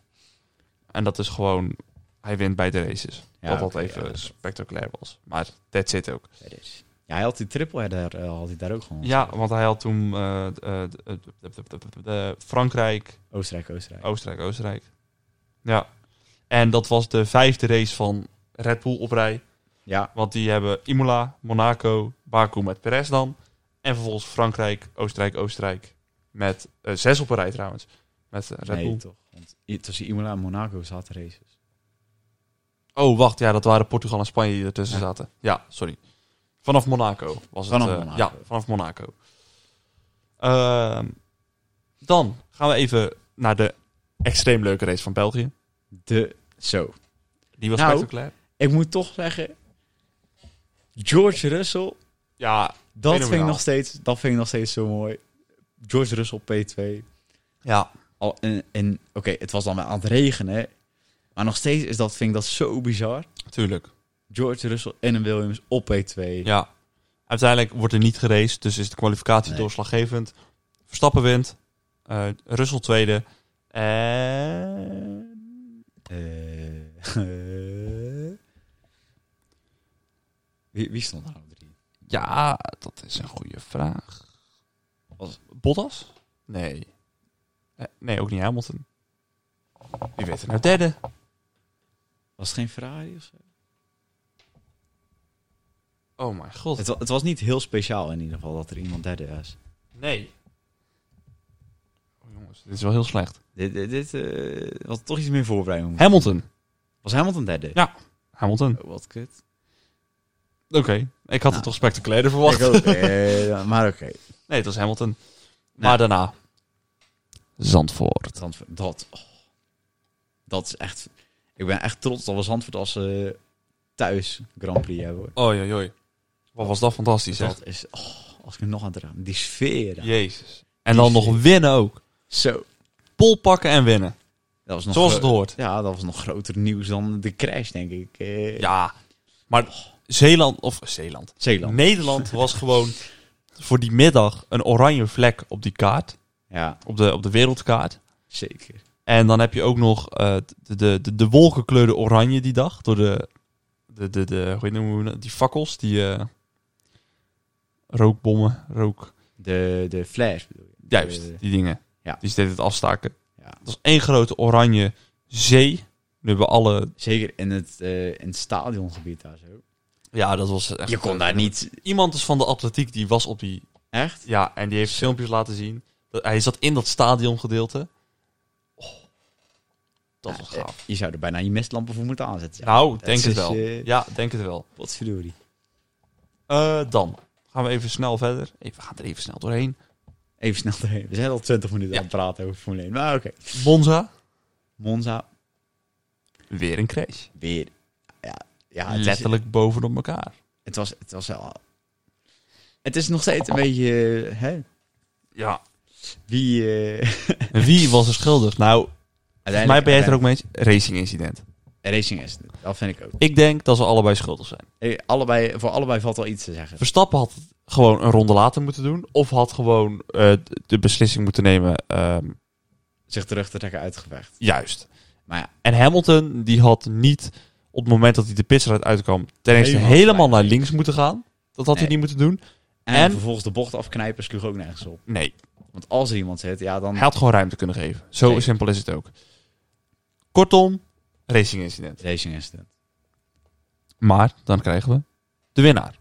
[SPEAKER 1] En dat is gewoon, hij wint bij de races.
[SPEAKER 2] Ja,
[SPEAKER 1] wat
[SPEAKER 2] oké,
[SPEAKER 1] dat even
[SPEAKER 2] ja, dat-
[SPEAKER 1] spectaculair was. Maar dat zit ook.
[SPEAKER 2] Ja, dus. Ja, hij had die triple header, eh, had hij daar ook gewoon.
[SPEAKER 1] Ja, want hij had toen eh, eh, eh, eh, eh, eh, eh, eh, Frankrijk,
[SPEAKER 2] Oostenrijk, Oostenrijk.
[SPEAKER 1] Oostenrijk, Oostenrijk. Ja. En dat was de vijfde race van Red Bull op rij.
[SPEAKER 2] Ja,
[SPEAKER 1] Want die hebben Imola, Monaco, Baku met Perez dan. En vervolgens Frankrijk, Oostenrijk, Oostenrijk. Met eh, zes op een rij trouwens. Met eh, Red
[SPEAKER 2] nee,
[SPEAKER 1] Bull.
[SPEAKER 2] toch. Want i- tussen Imola en Monaco zaten races.
[SPEAKER 1] Oh, wacht. Ja, dat waren Portugal en Spanje die ertussen
[SPEAKER 2] Ja.
[SPEAKER 1] zaten. Ja, sorry. Vanaf Monaco was
[SPEAKER 2] Vanaf
[SPEAKER 1] het. eh,
[SPEAKER 2] Monaco.
[SPEAKER 1] Ja, vanaf Monaco. Ehm, dan gaan we even naar de extreem leuke race van België.
[SPEAKER 2] De, zo.
[SPEAKER 1] Die was
[SPEAKER 2] Nou.
[SPEAKER 1] spectaculair.
[SPEAKER 2] Ik moet toch zeggen, George Russell,
[SPEAKER 1] Ja,
[SPEAKER 2] dat vind, ik
[SPEAKER 1] Fenomenaal.
[SPEAKER 2] nog steeds, dat vind ik nog steeds zo mooi. George Russell P2.
[SPEAKER 1] ja.
[SPEAKER 2] Al, en en oké, het was dan wel aan het regenen. Maar nog steeds is dat, vind ik dat zo bizar.
[SPEAKER 1] tuurlijk.
[SPEAKER 2] George Russell en een Williams op P2.
[SPEAKER 1] Ja. Uiteindelijk wordt er niet geraced, dus is de kwalificatie
[SPEAKER 2] Nee.
[SPEAKER 1] doorslaggevend. Verstappen wint. eh Russell tweede. En...
[SPEAKER 2] Eh, wie, wie stond daar op drie?
[SPEAKER 1] Ja, dat is een goede vraag.
[SPEAKER 2] Was-
[SPEAKER 1] Bottas? Nee. Eh, Nee, ook niet Hamilton.
[SPEAKER 2] Wie weet het
[SPEAKER 1] Nou, derde.
[SPEAKER 2] Was het geen Ferrari of zo?
[SPEAKER 1] Oh mijn god.
[SPEAKER 2] Het, wa- het was niet heel speciaal in ieder geval dat er iemand derde was.
[SPEAKER 1] Nee. Oh, jongens, dit is wel heel slecht.
[SPEAKER 2] Dit, dit, dit eh, was toch iets meer voorbereiding. moeten-
[SPEAKER 1] Hamilton.
[SPEAKER 2] Was Hamilton derde?
[SPEAKER 1] Ja. Hamilton.
[SPEAKER 2] Oh, wat kut.
[SPEAKER 1] Oké, ik had het
[SPEAKER 2] Nou.
[SPEAKER 1] toch spectaculairder verwacht.
[SPEAKER 2] Ik ook, eh, maar oké.
[SPEAKER 1] Nee, het was Hamilton.
[SPEAKER 2] Nou.
[SPEAKER 1] Maar daarna. Zandvoort.
[SPEAKER 2] Zandvoort, Dat, oh. dat is echt... Ik ben echt trots dat we Zandvoort als eh, thuis Grand Prix hebben. hoor.
[SPEAKER 1] Oei, oei, oei. Wat was dat fantastisch, hè?
[SPEAKER 2] Dat is... oh, als ik er nog aan het raam. Die sfeer daar.
[SPEAKER 1] Jezus. En dan nog winnen ook.
[SPEAKER 2] Zo.
[SPEAKER 1] Pol pakken en winnen.
[SPEAKER 2] Dat was nog
[SPEAKER 1] Zoals
[SPEAKER 2] gro-
[SPEAKER 1] het hoort.
[SPEAKER 2] Ja, dat was nog groter nieuws dan de crash, denk ik. Eh,
[SPEAKER 1] Ja, maar Zeeland, of Oh. Zeeland.
[SPEAKER 2] Zeeland.
[SPEAKER 1] Nederland was gewoon voor die middag een oranje vlek op die kaart.
[SPEAKER 2] Ja,
[SPEAKER 1] Op de, op de wereldkaart.
[SPEAKER 2] zeker.
[SPEAKER 1] En dan heb je ook nog eh, de, de, de, de wolkenkleurde oranje die dag. Door de, de, de, de hoe noemen we dat? Die fakkels, die eh, rookbommen, rook.
[SPEAKER 2] De, de flash bedoel je?
[SPEAKER 1] Juist,
[SPEAKER 2] De-
[SPEAKER 1] die dingen.
[SPEAKER 2] ja.
[SPEAKER 1] Die steeds het afstaken.
[SPEAKER 2] ja.
[SPEAKER 1] Dat was één grote oranje zee. Nu hebben we alle...
[SPEAKER 2] Zeker in het, eh, in het stadiongebied daar zo.
[SPEAKER 1] Ja, dat was echt...
[SPEAKER 2] Je kon daar niet...
[SPEAKER 1] Iemand is van de atletiek, die was op die...
[SPEAKER 2] Echt?
[SPEAKER 1] Ja, en die heeft filmpjes laten zien. Dat- Hij zat in dat stadiongedeelte. Oh, dat was
[SPEAKER 2] Ja,
[SPEAKER 1] gaaf.
[SPEAKER 2] Je zou er bijna je mistlampen voor moeten aanzetten.
[SPEAKER 1] Nou, denk het
[SPEAKER 2] is,
[SPEAKER 1] wel.
[SPEAKER 2] eh,
[SPEAKER 1] Ja, denk het wel.
[SPEAKER 2] Wat verdorie.
[SPEAKER 1] Eh, dan gaan we even snel verder. Even, we gaan er even snel doorheen.
[SPEAKER 2] Even snel doorheen. We zijn al 20 minuten
[SPEAKER 1] Ja.
[SPEAKER 2] aan het praten over Formule 1. Maar oké.
[SPEAKER 1] Monza.
[SPEAKER 2] Monza,
[SPEAKER 1] Weer een crash.
[SPEAKER 2] weer. Ja, ja het, is,
[SPEAKER 1] Letterlijk bovenop elkaar.
[SPEAKER 2] het, was, het was wel... Het is nog steeds een beetje... eh, hè,
[SPEAKER 1] Ja.
[SPEAKER 2] wie... eh,
[SPEAKER 1] Wie was er schuldig? Nou, volgens mij
[SPEAKER 2] uiteindelijk-
[SPEAKER 1] ben jij het er ook mee eens. Racing incident.
[SPEAKER 2] Racing is het. Dat vind ik ook.
[SPEAKER 1] Ik denk dat ze allebei schuldig zijn.
[SPEAKER 2] Eh, Allebei, voor allebei valt wel iets te zeggen.
[SPEAKER 1] Verstappen had het gewoon een ronde later moeten doen. Of had gewoon eh, de beslissing moeten nemen. ehm,
[SPEAKER 2] Zich terug te trekken uit het gevecht.
[SPEAKER 1] juist.
[SPEAKER 2] Maar ja,
[SPEAKER 1] En Hamilton, die had niet op het moment dat hij de pitstraat uitkwam... ten eerste
[SPEAKER 2] Helemaal
[SPEAKER 1] helemaal,
[SPEAKER 2] gelijk.
[SPEAKER 1] naar links moeten gaan. Dat had
[SPEAKER 2] Nee.
[SPEAKER 1] hij niet moeten doen.
[SPEAKER 2] en,
[SPEAKER 1] En?
[SPEAKER 2] vervolgens de bocht afknijpen sloeg ook nergens op.
[SPEAKER 1] Nee,
[SPEAKER 2] Want als er iemand zit, ja dan...
[SPEAKER 1] hij had gewoon ruimte kunnen geven. Zo
[SPEAKER 2] Zeker.
[SPEAKER 1] simpel is het ook. Kortom, racing incident.
[SPEAKER 2] Racing incident.
[SPEAKER 1] Maar dan krijgen we de winnaar.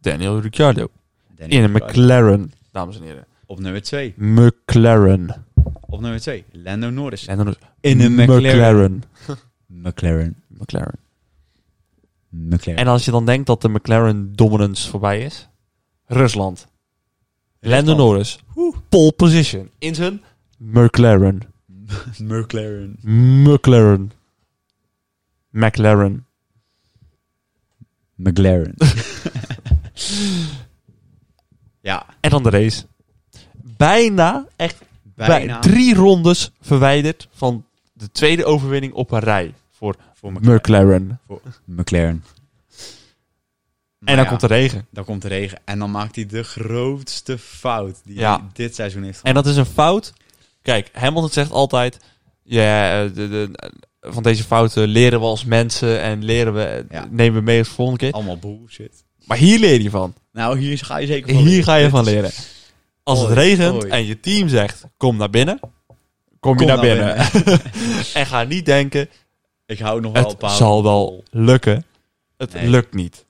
[SPEAKER 1] Daniel Ricciardo.
[SPEAKER 2] Danny
[SPEAKER 1] In een
[SPEAKER 2] Ricciardo.
[SPEAKER 1] McLaren, dames en heren.
[SPEAKER 2] Op nummer 2.
[SPEAKER 1] McLaren.
[SPEAKER 2] Op nummer 2. Lando Norris.
[SPEAKER 1] En dan is
[SPEAKER 2] In een
[SPEAKER 1] McLaren.
[SPEAKER 2] McLaren.
[SPEAKER 1] McLaren.
[SPEAKER 2] McLaren.
[SPEAKER 1] En als je dan denkt dat de McLaren dominance voorbij is. Rusland. Lando Norris. Pole position. In zijn McLaren.
[SPEAKER 2] McLaren.
[SPEAKER 1] McLaren. McLaren.
[SPEAKER 2] McLaren. ja,
[SPEAKER 1] En dan de race. Bijna, echt
[SPEAKER 2] bijna.
[SPEAKER 1] bij drie rondes verwijderd van de tweede overwinning op een rij voor
[SPEAKER 2] voor McLaren.
[SPEAKER 1] McLaren.
[SPEAKER 2] McLaren.
[SPEAKER 1] En dan komt de regen.
[SPEAKER 2] dan komt de regen. En dan maakt hij de grootste fout die
[SPEAKER 1] Ja.
[SPEAKER 2] hij dit seizoen heeft
[SPEAKER 1] En dat is een fout. Kijk, Hamilton zegt altijd: ja, eh, de, de, eh, van deze fouten leren we als mensen en leren we, eh,
[SPEAKER 2] Ja.
[SPEAKER 1] nemen we mee als volgende keer.
[SPEAKER 2] Allemaal bullshit.
[SPEAKER 1] Maar hier leer je van.
[SPEAKER 2] Nou, hier ga je zeker van
[SPEAKER 1] Hier
[SPEAKER 2] leren.
[SPEAKER 1] ga je
[SPEAKER 2] Dit
[SPEAKER 1] van
[SPEAKER 2] is-
[SPEAKER 1] leren. Als het
[SPEAKER 2] Oei,
[SPEAKER 1] regent
[SPEAKER 2] oei.
[SPEAKER 1] en je team zegt: kom naar binnen, kom je
[SPEAKER 2] Kom
[SPEAKER 1] naar binnen. en ga niet denken:
[SPEAKER 2] ik hou nog wel een
[SPEAKER 1] het
[SPEAKER 2] paar...
[SPEAKER 1] zal wel lukken. Het
[SPEAKER 2] Nee.
[SPEAKER 1] lukt niet.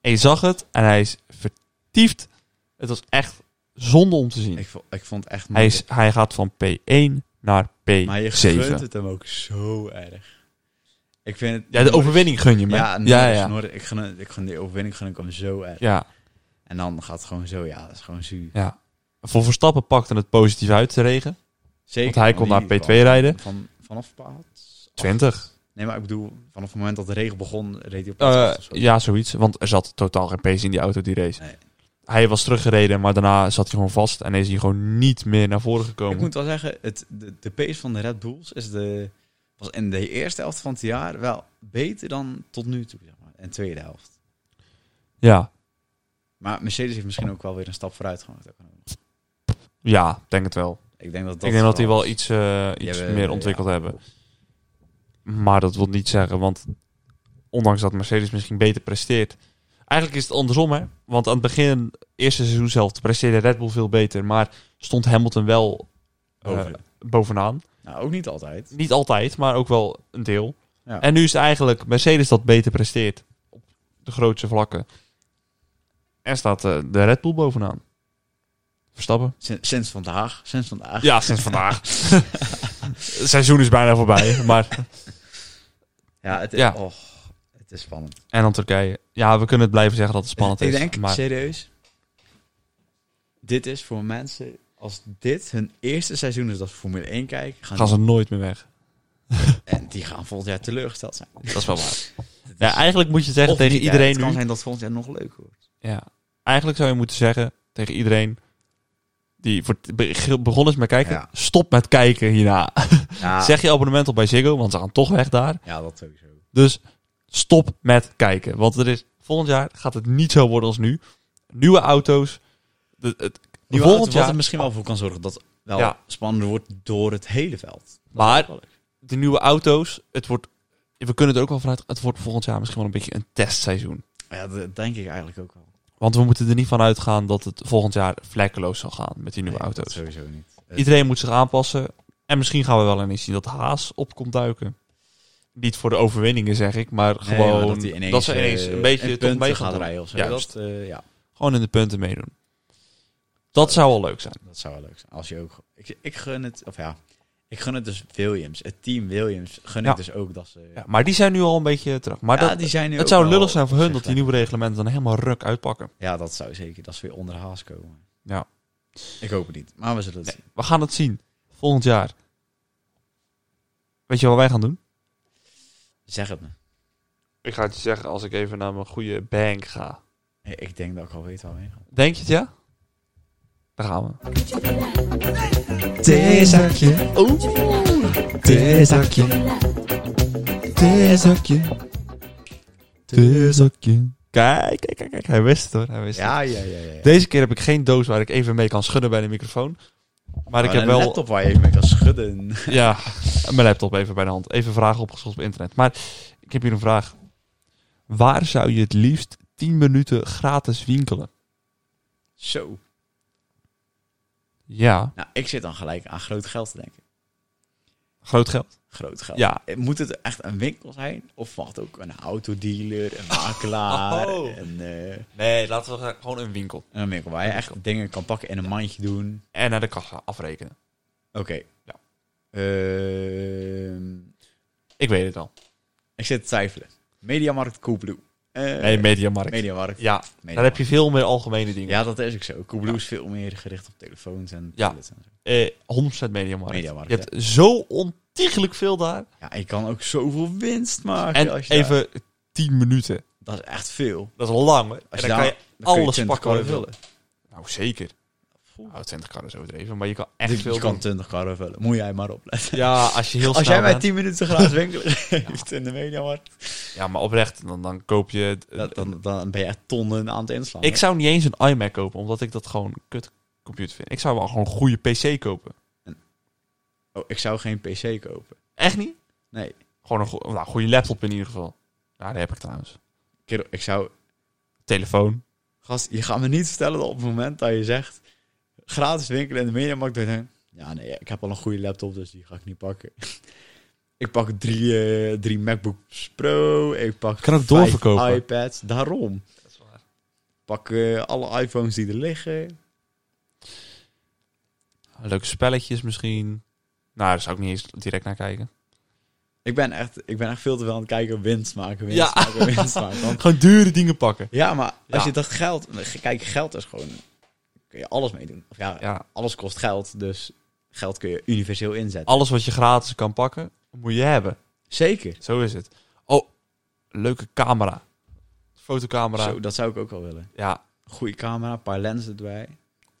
[SPEAKER 1] En je zag het en hij is vertiefd. Het was echt zonde om te zien.
[SPEAKER 2] Ik, vo- ik vond het echt
[SPEAKER 1] hij,
[SPEAKER 2] moeilijk.
[SPEAKER 1] is, hij gaat van P1 naar P7.
[SPEAKER 2] Maar je gunt het hem ook zo erg. Ik vind het...
[SPEAKER 1] Ja, de overwinning gun je me.
[SPEAKER 2] Ja,
[SPEAKER 1] Ja,
[SPEAKER 2] Norris,
[SPEAKER 1] ja, ja.
[SPEAKER 2] Norris, ik, gun, het- ik gun die overwinning gun ik hem zo erg. En dan gaat het gewoon zo, ja, dat is gewoon zuur.
[SPEAKER 1] ja. Voor Verstappen pakte het positief uit te regen.
[SPEAKER 2] Zeker.
[SPEAKER 1] want hij kon
[SPEAKER 2] die
[SPEAKER 1] naar P2
[SPEAKER 2] kwam
[SPEAKER 1] rijden.
[SPEAKER 2] Van, vanaf plaats
[SPEAKER 1] 20.
[SPEAKER 2] Nee, maar ik bedoel, vanaf het moment dat de regen begon, reed hij op
[SPEAKER 1] Eh,
[SPEAKER 2] plaats achter of zo.
[SPEAKER 1] ja, zoiets. Want er zat totaal geen pace in die auto die race.
[SPEAKER 2] Nee.
[SPEAKER 1] Hij was teruggereden, maar daarna zat hij gewoon vast. En is hij gewoon niet meer naar voren
[SPEAKER 2] Ik
[SPEAKER 1] gekomen.
[SPEAKER 2] moet wel zeggen, het, de, de pace van de Red Bulls is de, was in de eerste helft van het jaar wel beter dan tot nu toe, zeg maar. En tweede helft.
[SPEAKER 1] Ja,
[SPEAKER 2] Maar Mercedes heeft misschien ook wel weer een stap vooruit gemaakt.
[SPEAKER 1] ja, denk het wel.
[SPEAKER 2] Ik denk dat, dat
[SPEAKER 1] ik denk dat die wel
[SPEAKER 2] is.
[SPEAKER 1] iets, eh,
[SPEAKER 2] Die
[SPEAKER 1] iets
[SPEAKER 2] hebben-
[SPEAKER 1] meer ontwikkeld
[SPEAKER 2] ja.
[SPEAKER 1] hebben. Maar dat wil niet zeggen, want ondanks dat Mercedes misschien beter presteert. Eigenlijk is het andersom, hè? Want aan het begin, eerste seizoen zelf, presteerde Red Bull veel beter. Maar stond Hamilton wel eh,
[SPEAKER 2] Boven.
[SPEAKER 1] bovenaan.
[SPEAKER 2] Nou, ook niet altijd.
[SPEAKER 1] Niet altijd, maar ook wel een deel.
[SPEAKER 2] Ja.
[SPEAKER 1] En nu is het eigenlijk Mercedes dat beter presteert. Op de grootste vlakken. En staat eh, de Red Bull bovenaan. Verstappen.
[SPEAKER 2] Sin- Sinds vandaag. Sinds vandaag.
[SPEAKER 1] Ja, sinds vandaag. het seizoen is bijna voorbij. Maar...
[SPEAKER 2] Ja, het,
[SPEAKER 1] Ja.
[SPEAKER 2] Och, het is spannend.
[SPEAKER 1] En dan Turkije. Ja, we kunnen het blijven zeggen dat het spannend
[SPEAKER 2] ik
[SPEAKER 1] is.
[SPEAKER 2] denk,
[SPEAKER 1] maar...
[SPEAKER 2] serieus, dit is voor mensen, als dit hun eerste seizoen is dat ze Formule 1 kijken, gaan,
[SPEAKER 1] Gaan ze nooit meer weg.
[SPEAKER 2] en die gaan volgend jaar teleurgesteld zijn.
[SPEAKER 1] Dat is wel waar. Ja, eigenlijk moet je zeggen
[SPEAKER 2] Of
[SPEAKER 1] tegen
[SPEAKER 2] niet, hè.
[SPEAKER 1] iedereen
[SPEAKER 2] Het kan
[SPEAKER 1] nu...
[SPEAKER 2] zijn dat volgend jaar nog leuker wordt.
[SPEAKER 1] Ja. Eigenlijk zou je moeten zeggen tegen iedereen... Die voor het be- begonnen is met kijken.
[SPEAKER 2] Ja.
[SPEAKER 1] Stop met kijken hierna.
[SPEAKER 2] Ja,
[SPEAKER 1] Zeg je abonnement op bij Ziggo, want ze gaan toch weg daar.
[SPEAKER 2] ja dat sowieso.
[SPEAKER 1] Dus stop met kijken. Want er is, volgend jaar gaat het niet zo worden als nu. Nieuwe auto's. De, het,
[SPEAKER 2] Die
[SPEAKER 1] volgend
[SPEAKER 2] wat,
[SPEAKER 1] jaar.
[SPEAKER 2] er misschien wel voor kan zorgen dat het wel
[SPEAKER 1] Ja.
[SPEAKER 2] spannender wordt door het hele veld.
[SPEAKER 1] maar de nieuwe auto's, het wordt, we kunnen het ook wel vanuit. Het wordt volgend jaar misschien wel een beetje een testseizoen.
[SPEAKER 2] Ja, dat denk ik eigenlijk ook wel.
[SPEAKER 1] Want we moeten er niet van uitgaan dat het volgend jaar vlekkeloos zal gaan met die nieuwe
[SPEAKER 2] Nee, dat eh,
[SPEAKER 1] auto's.
[SPEAKER 2] sowieso niet. Het-
[SPEAKER 1] Iedereen moet zich aanpassen. En misschien gaan we wel ineens zien dat Haas op komt duiken. Niet voor de overwinningen, zeg ik, maar
[SPEAKER 2] Nee,
[SPEAKER 1] gewoon
[SPEAKER 2] maar
[SPEAKER 1] dat,
[SPEAKER 2] die
[SPEAKER 1] ze ineens
[SPEAKER 2] eh,
[SPEAKER 1] een beetje
[SPEAKER 2] in
[SPEAKER 1] toch
[SPEAKER 2] punten
[SPEAKER 1] mee
[SPEAKER 2] gaat
[SPEAKER 1] gaan draaien.
[SPEAKER 2] rijden of zo.
[SPEAKER 1] Juist.
[SPEAKER 2] Dat, eh, ja,
[SPEAKER 1] Gewoon in de punten meedoen. Dat zou wel leuk zijn.
[SPEAKER 2] dat zou wel leuk zijn. Als je ook... Ik, ik gun het... Of ja, ik gun het dus Williams. Het team Williams gun
[SPEAKER 1] Ja.
[SPEAKER 2] ik dus ook dat ze...
[SPEAKER 1] Ja, maar die zijn nu al een beetje terug. Maar
[SPEAKER 2] Ja,
[SPEAKER 1] dat,
[SPEAKER 2] die zijn nu
[SPEAKER 1] het
[SPEAKER 2] ook
[SPEAKER 1] zou
[SPEAKER 2] wel
[SPEAKER 1] lullig zijn voor
[SPEAKER 2] op
[SPEAKER 1] hun
[SPEAKER 2] zich
[SPEAKER 1] dat die
[SPEAKER 2] lekker.
[SPEAKER 1] nieuwe reglementen dan helemaal ruk uitpakken.
[SPEAKER 2] Ja, dat zou zeker. Dat ze weer onder haas komen.
[SPEAKER 1] Ja.
[SPEAKER 2] Ik hoop het niet. Maar we zullen het zien.
[SPEAKER 1] We gaan het zien. Volgend jaar. Weet je wat wij gaan doen?
[SPEAKER 2] Zeg het me.
[SPEAKER 1] Ik ga het je zeggen als ik even naar mijn goede bank ga.
[SPEAKER 2] Ik denk dat ik al weet waar we heen gaan.
[SPEAKER 1] Denk je het ja? Daar gaan we.
[SPEAKER 4] theezakje. Oeh, theezakje. Theezakje. Theezakje.
[SPEAKER 1] Kijk, kijk, kijk, kijk. Hij wist het hoor. Hij wist het.
[SPEAKER 2] Ja, ja, ja. ja, ja.
[SPEAKER 1] Deze keer heb ik geen doos waar ik even mee kan schudden bij de microfoon. Maar ik
[SPEAKER 2] Maar
[SPEAKER 1] heb
[SPEAKER 2] een
[SPEAKER 1] wel
[SPEAKER 2] Oh, laptop waar je even mee kan schudden.
[SPEAKER 1] ja, mijn laptop even bij de hand. Even vragen opgezocht op internet. Maar ik heb hier een vraag. Waar zou je het liefst 10 minuten gratis winkelen?
[SPEAKER 2] Zo.
[SPEAKER 1] Ja,
[SPEAKER 2] Nou, ik zit dan gelijk aan groot geld te denken.
[SPEAKER 1] groot geld.
[SPEAKER 2] Groot geld.
[SPEAKER 1] Ja.
[SPEAKER 2] Moet het echt een winkel zijn? Of mag het ook een autodealer, een makelaar,
[SPEAKER 1] Oh.
[SPEAKER 2] een, eh,
[SPEAKER 1] Nee, laten we gewoon een winkel.
[SPEAKER 2] een winkel waar je echt dingen kan pakken en een mandje doen?
[SPEAKER 1] En naar de kassa afrekenen.
[SPEAKER 2] Oké.
[SPEAKER 1] Ja.
[SPEAKER 2] Ehm,
[SPEAKER 1] Ik weet het al.
[SPEAKER 2] ik zit te twijfelen. Mediamarkt Coolblue. Eh,
[SPEAKER 1] Nee, Mediamarkt.
[SPEAKER 2] Mediamarkt.
[SPEAKER 1] ja, daar
[SPEAKER 2] Mediamarkt.
[SPEAKER 1] heb je veel meer algemene dingen.
[SPEAKER 2] Ja, dat is ook zo. Coolblue is veel meer gericht op telefoons en
[SPEAKER 1] Ja.
[SPEAKER 2] tablets en zo.
[SPEAKER 1] Eh 100% Mediamarkt.
[SPEAKER 2] Mediamarkt,
[SPEAKER 1] je hebt zo ontiegelijk veel daar.
[SPEAKER 2] Ja, je kan ook zoveel winst maken.
[SPEAKER 1] En
[SPEAKER 2] als je daar-
[SPEAKER 1] even 10 minuten.
[SPEAKER 2] dat is echt veel.
[SPEAKER 1] Dat is lang. Hè? En dan
[SPEAKER 2] daar-
[SPEAKER 1] kan je
[SPEAKER 2] dan kun je
[SPEAKER 1] alles
[SPEAKER 2] 20
[SPEAKER 1] pakken wat je
[SPEAKER 2] karren
[SPEAKER 1] wil. Nou, zeker. Nou, 20 kan is overdreven, maar je kan echt
[SPEAKER 2] Je
[SPEAKER 1] veel
[SPEAKER 2] kan
[SPEAKER 1] doen.
[SPEAKER 2] 20 karren vullen. Moet jij maar opletten.
[SPEAKER 1] Ja, als je heel
[SPEAKER 2] Als
[SPEAKER 1] snel
[SPEAKER 2] jij mij
[SPEAKER 1] bent.
[SPEAKER 2] 10 minuten gratis winkelen geeft in de mediamarkt,
[SPEAKER 1] Ja, maar oprecht, dan, dan koop je... het-
[SPEAKER 2] dan, dan, dan ben je echt tonnen aan het inslaan.
[SPEAKER 1] ik zou niet eens een iMac kopen, omdat ik dat gewoon een kut computer vind. Ik zou wel gewoon een goede PC kopen.
[SPEAKER 2] oh, ik zou geen PC kopen.
[SPEAKER 1] Echt niet?
[SPEAKER 2] Nee.
[SPEAKER 1] Gewoon een go- nou, goede laptop in ieder geval. Ja, die heb ik trouwens.
[SPEAKER 2] Kerel, ik zou...
[SPEAKER 1] Telefoon.
[SPEAKER 2] Gast, je gaat me niet vertellen dat op het moment dat je zegt gratis winkelen in de mediamarkt, dan denk je, ja nee, ik heb al een goede laptop, dus die ga ik niet pakken. ik pak drie, eh, drie MacBooks Pro, ik pak
[SPEAKER 1] Kan ook
[SPEAKER 2] vijf
[SPEAKER 1] doorverkopen.
[SPEAKER 2] iPads, daarom.
[SPEAKER 1] Dat is waar.
[SPEAKER 2] Pak eh, alle iPhones die er liggen.
[SPEAKER 1] Leuke spelletjes misschien. Nou, daar zou ik niet eens direct naar kijken.
[SPEAKER 2] Ik ben echt, ik ben echt veel te veel aan het kijken winst maken, winst
[SPEAKER 1] Ja.
[SPEAKER 2] maken, winst maken. Want
[SPEAKER 1] Gewoon dure dingen pakken.
[SPEAKER 2] Ja, maar als
[SPEAKER 1] Ja.
[SPEAKER 2] je dat geld... Kijk, geld is gewoon... Kun je alles mee doen. Of ja,
[SPEAKER 1] Ja,
[SPEAKER 2] alles kost geld, dus geld kun je universeel inzetten.
[SPEAKER 1] alles wat je gratis kan pakken, moet je hebben.
[SPEAKER 2] Zeker.
[SPEAKER 1] Zo is het. Oh, leuke camera. Fotocamera.
[SPEAKER 2] Zo, dat zou ik ook wel willen.
[SPEAKER 1] Ja,
[SPEAKER 2] Goede camera, een paar lenzen erbij.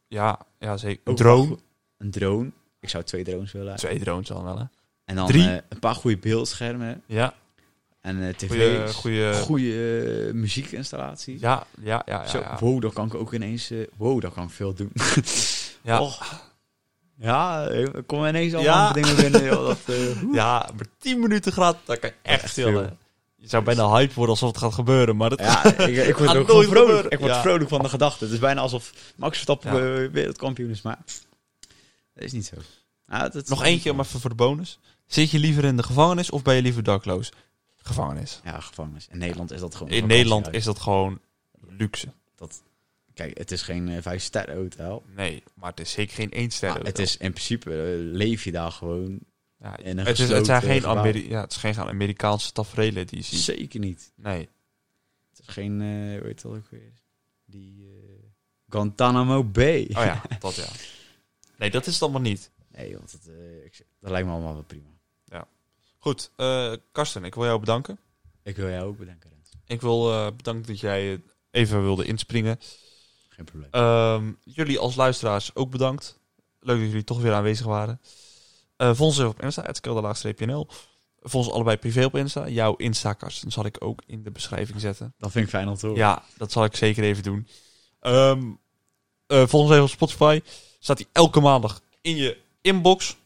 [SPEAKER 1] ja, ja, zeker. Een
[SPEAKER 2] Ook
[SPEAKER 1] drone.
[SPEAKER 2] wel Een drone. Ik zou twee drones willen.
[SPEAKER 1] Twee drones al wel, hè?
[SPEAKER 2] En dan
[SPEAKER 1] Drie.
[SPEAKER 2] eh, een paar goede beeldschermen.
[SPEAKER 1] Ja,
[SPEAKER 2] En eh,
[SPEAKER 1] goede...
[SPEAKER 2] tv's.
[SPEAKER 1] goede
[SPEAKER 2] Goede eh, muziekinstallatie.
[SPEAKER 1] ja, ja, ja, ja.
[SPEAKER 2] Zo,
[SPEAKER 1] ja.
[SPEAKER 2] wow, daar kan ik ook ineens... eh, wow, daar kan ik veel doen.
[SPEAKER 1] Ja.
[SPEAKER 2] Och. Ja, er komen ineens allemaal dingen binnen. joh, dat, eh,
[SPEAKER 1] Ja, maar 10 minuten gaat, dat kan je echt
[SPEAKER 2] Echt
[SPEAKER 1] chillen. Je zou bijna hype worden alsof het gaat gebeuren, maar dat...
[SPEAKER 2] ja, ik, ik word
[SPEAKER 1] Gaat
[SPEAKER 2] er ook gewoon
[SPEAKER 1] nooit
[SPEAKER 2] vrolijk.
[SPEAKER 1] gebeuren.
[SPEAKER 2] Ik word
[SPEAKER 1] Ja.
[SPEAKER 2] vrolijk van de gedachte. Het is bijna alsof Max Verstappen
[SPEAKER 1] Ja.
[SPEAKER 2] eh, wereldkampioen is, maar dat is niet zo. Ah, dat is
[SPEAKER 1] Nog
[SPEAKER 2] niet
[SPEAKER 1] eentje,
[SPEAKER 2] zo.
[SPEAKER 1] maar even voor de bonus. Zit je liever in de gevangenis of ben je liever dakloos? Gevangenis.
[SPEAKER 2] Ja, gevangenis. In Nederland is dat gewoon...
[SPEAKER 1] In
[SPEAKER 2] een
[SPEAKER 1] Nederland
[SPEAKER 2] vakantiehuis.
[SPEAKER 1] is dat gewoon luxe.
[SPEAKER 2] Kijk, het is geen eh, vijf-sterren hotel.
[SPEAKER 1] Nee, maar het is zeker geen één
[SPEAKER 2] Maar
[SPEAKER 1] sterren.
[SPEAKER 2] Ah, het is in principe, eh, leef je daar gewoon.
[SPEAKER 1] Ja,
[SPEAKER 2] in een
[SPEAKER 1] het, is, het, zijn
[SPEAKER 2] gesloten
[SPEAKER 1] geen
[SPEAKER 2] gebouw.
[SPEAKER 1] Ameri- ja, het is geen Amerikaanse tafereelen die je ziet.
[SPEAKER 2] Zeker niet.
[SPEAKER 1] Nee. Oh
[SPEAKER 2] Het is geen, eh hoe heet dat ook weer? Die eh, Guantanamo Bay.
[SPEAKER 1] Oh ja, dat ja. Nee, dat is het allemaal niet.
[SPEAKER 2] Nee, want dat, eh, ik- dat lijkt me allemaal wel prima.
[SPEAKER 1] Goed, eh, Karsten, ik wil jou bedanken.
[SPEAKER 2] Ik wil jou ook bedanken, Rens.
[SPEAKER 1] Ik wil eh, bedanken dat jij eh, even wilde inspringen.
[SPEAKER 2] Geen probleem.
[SPEAKER 1] Ehm, jullie als luisteraars ook bedankt. Leuk dat jullie toch weer aanwezig waren. Eh volg ons even op Insta, @kelderlaagstreepje.nl. Volg ons allebei privé op Insta. Jouw Insta-kast zal ik ook in de beschrijving zetten.
[SPEAKER 2] Dat vind ik fijn om te horen.
[SPEAKER 1] Ja, dat zal ik zeker even doen. Ehm eh, volg ons even op Spotify. Staat die elke maandag in je inbox.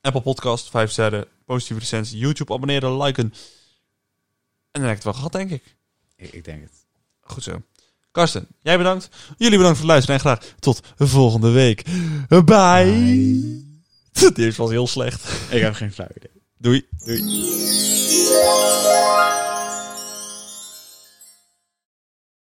[SPEAKER 1] Apple Podcast, 5 sterren, positieve recensie, YouTube abonneren, liken. En dan heb ik het wel gehad, denk ik.
[SPEAKER 2] Ik, ik denk het.
[SPEAKER 1] Goed zo. Karsten, jij bedankt. Jullie bedankt voor het luisteren en graag tot volgende week. Bye. Dit was heel slecht.
[SPEAKER 2] Ik heb geen flauw idee.
[SPEAKER 1] Doei.
[SPEAKER 2] Doei.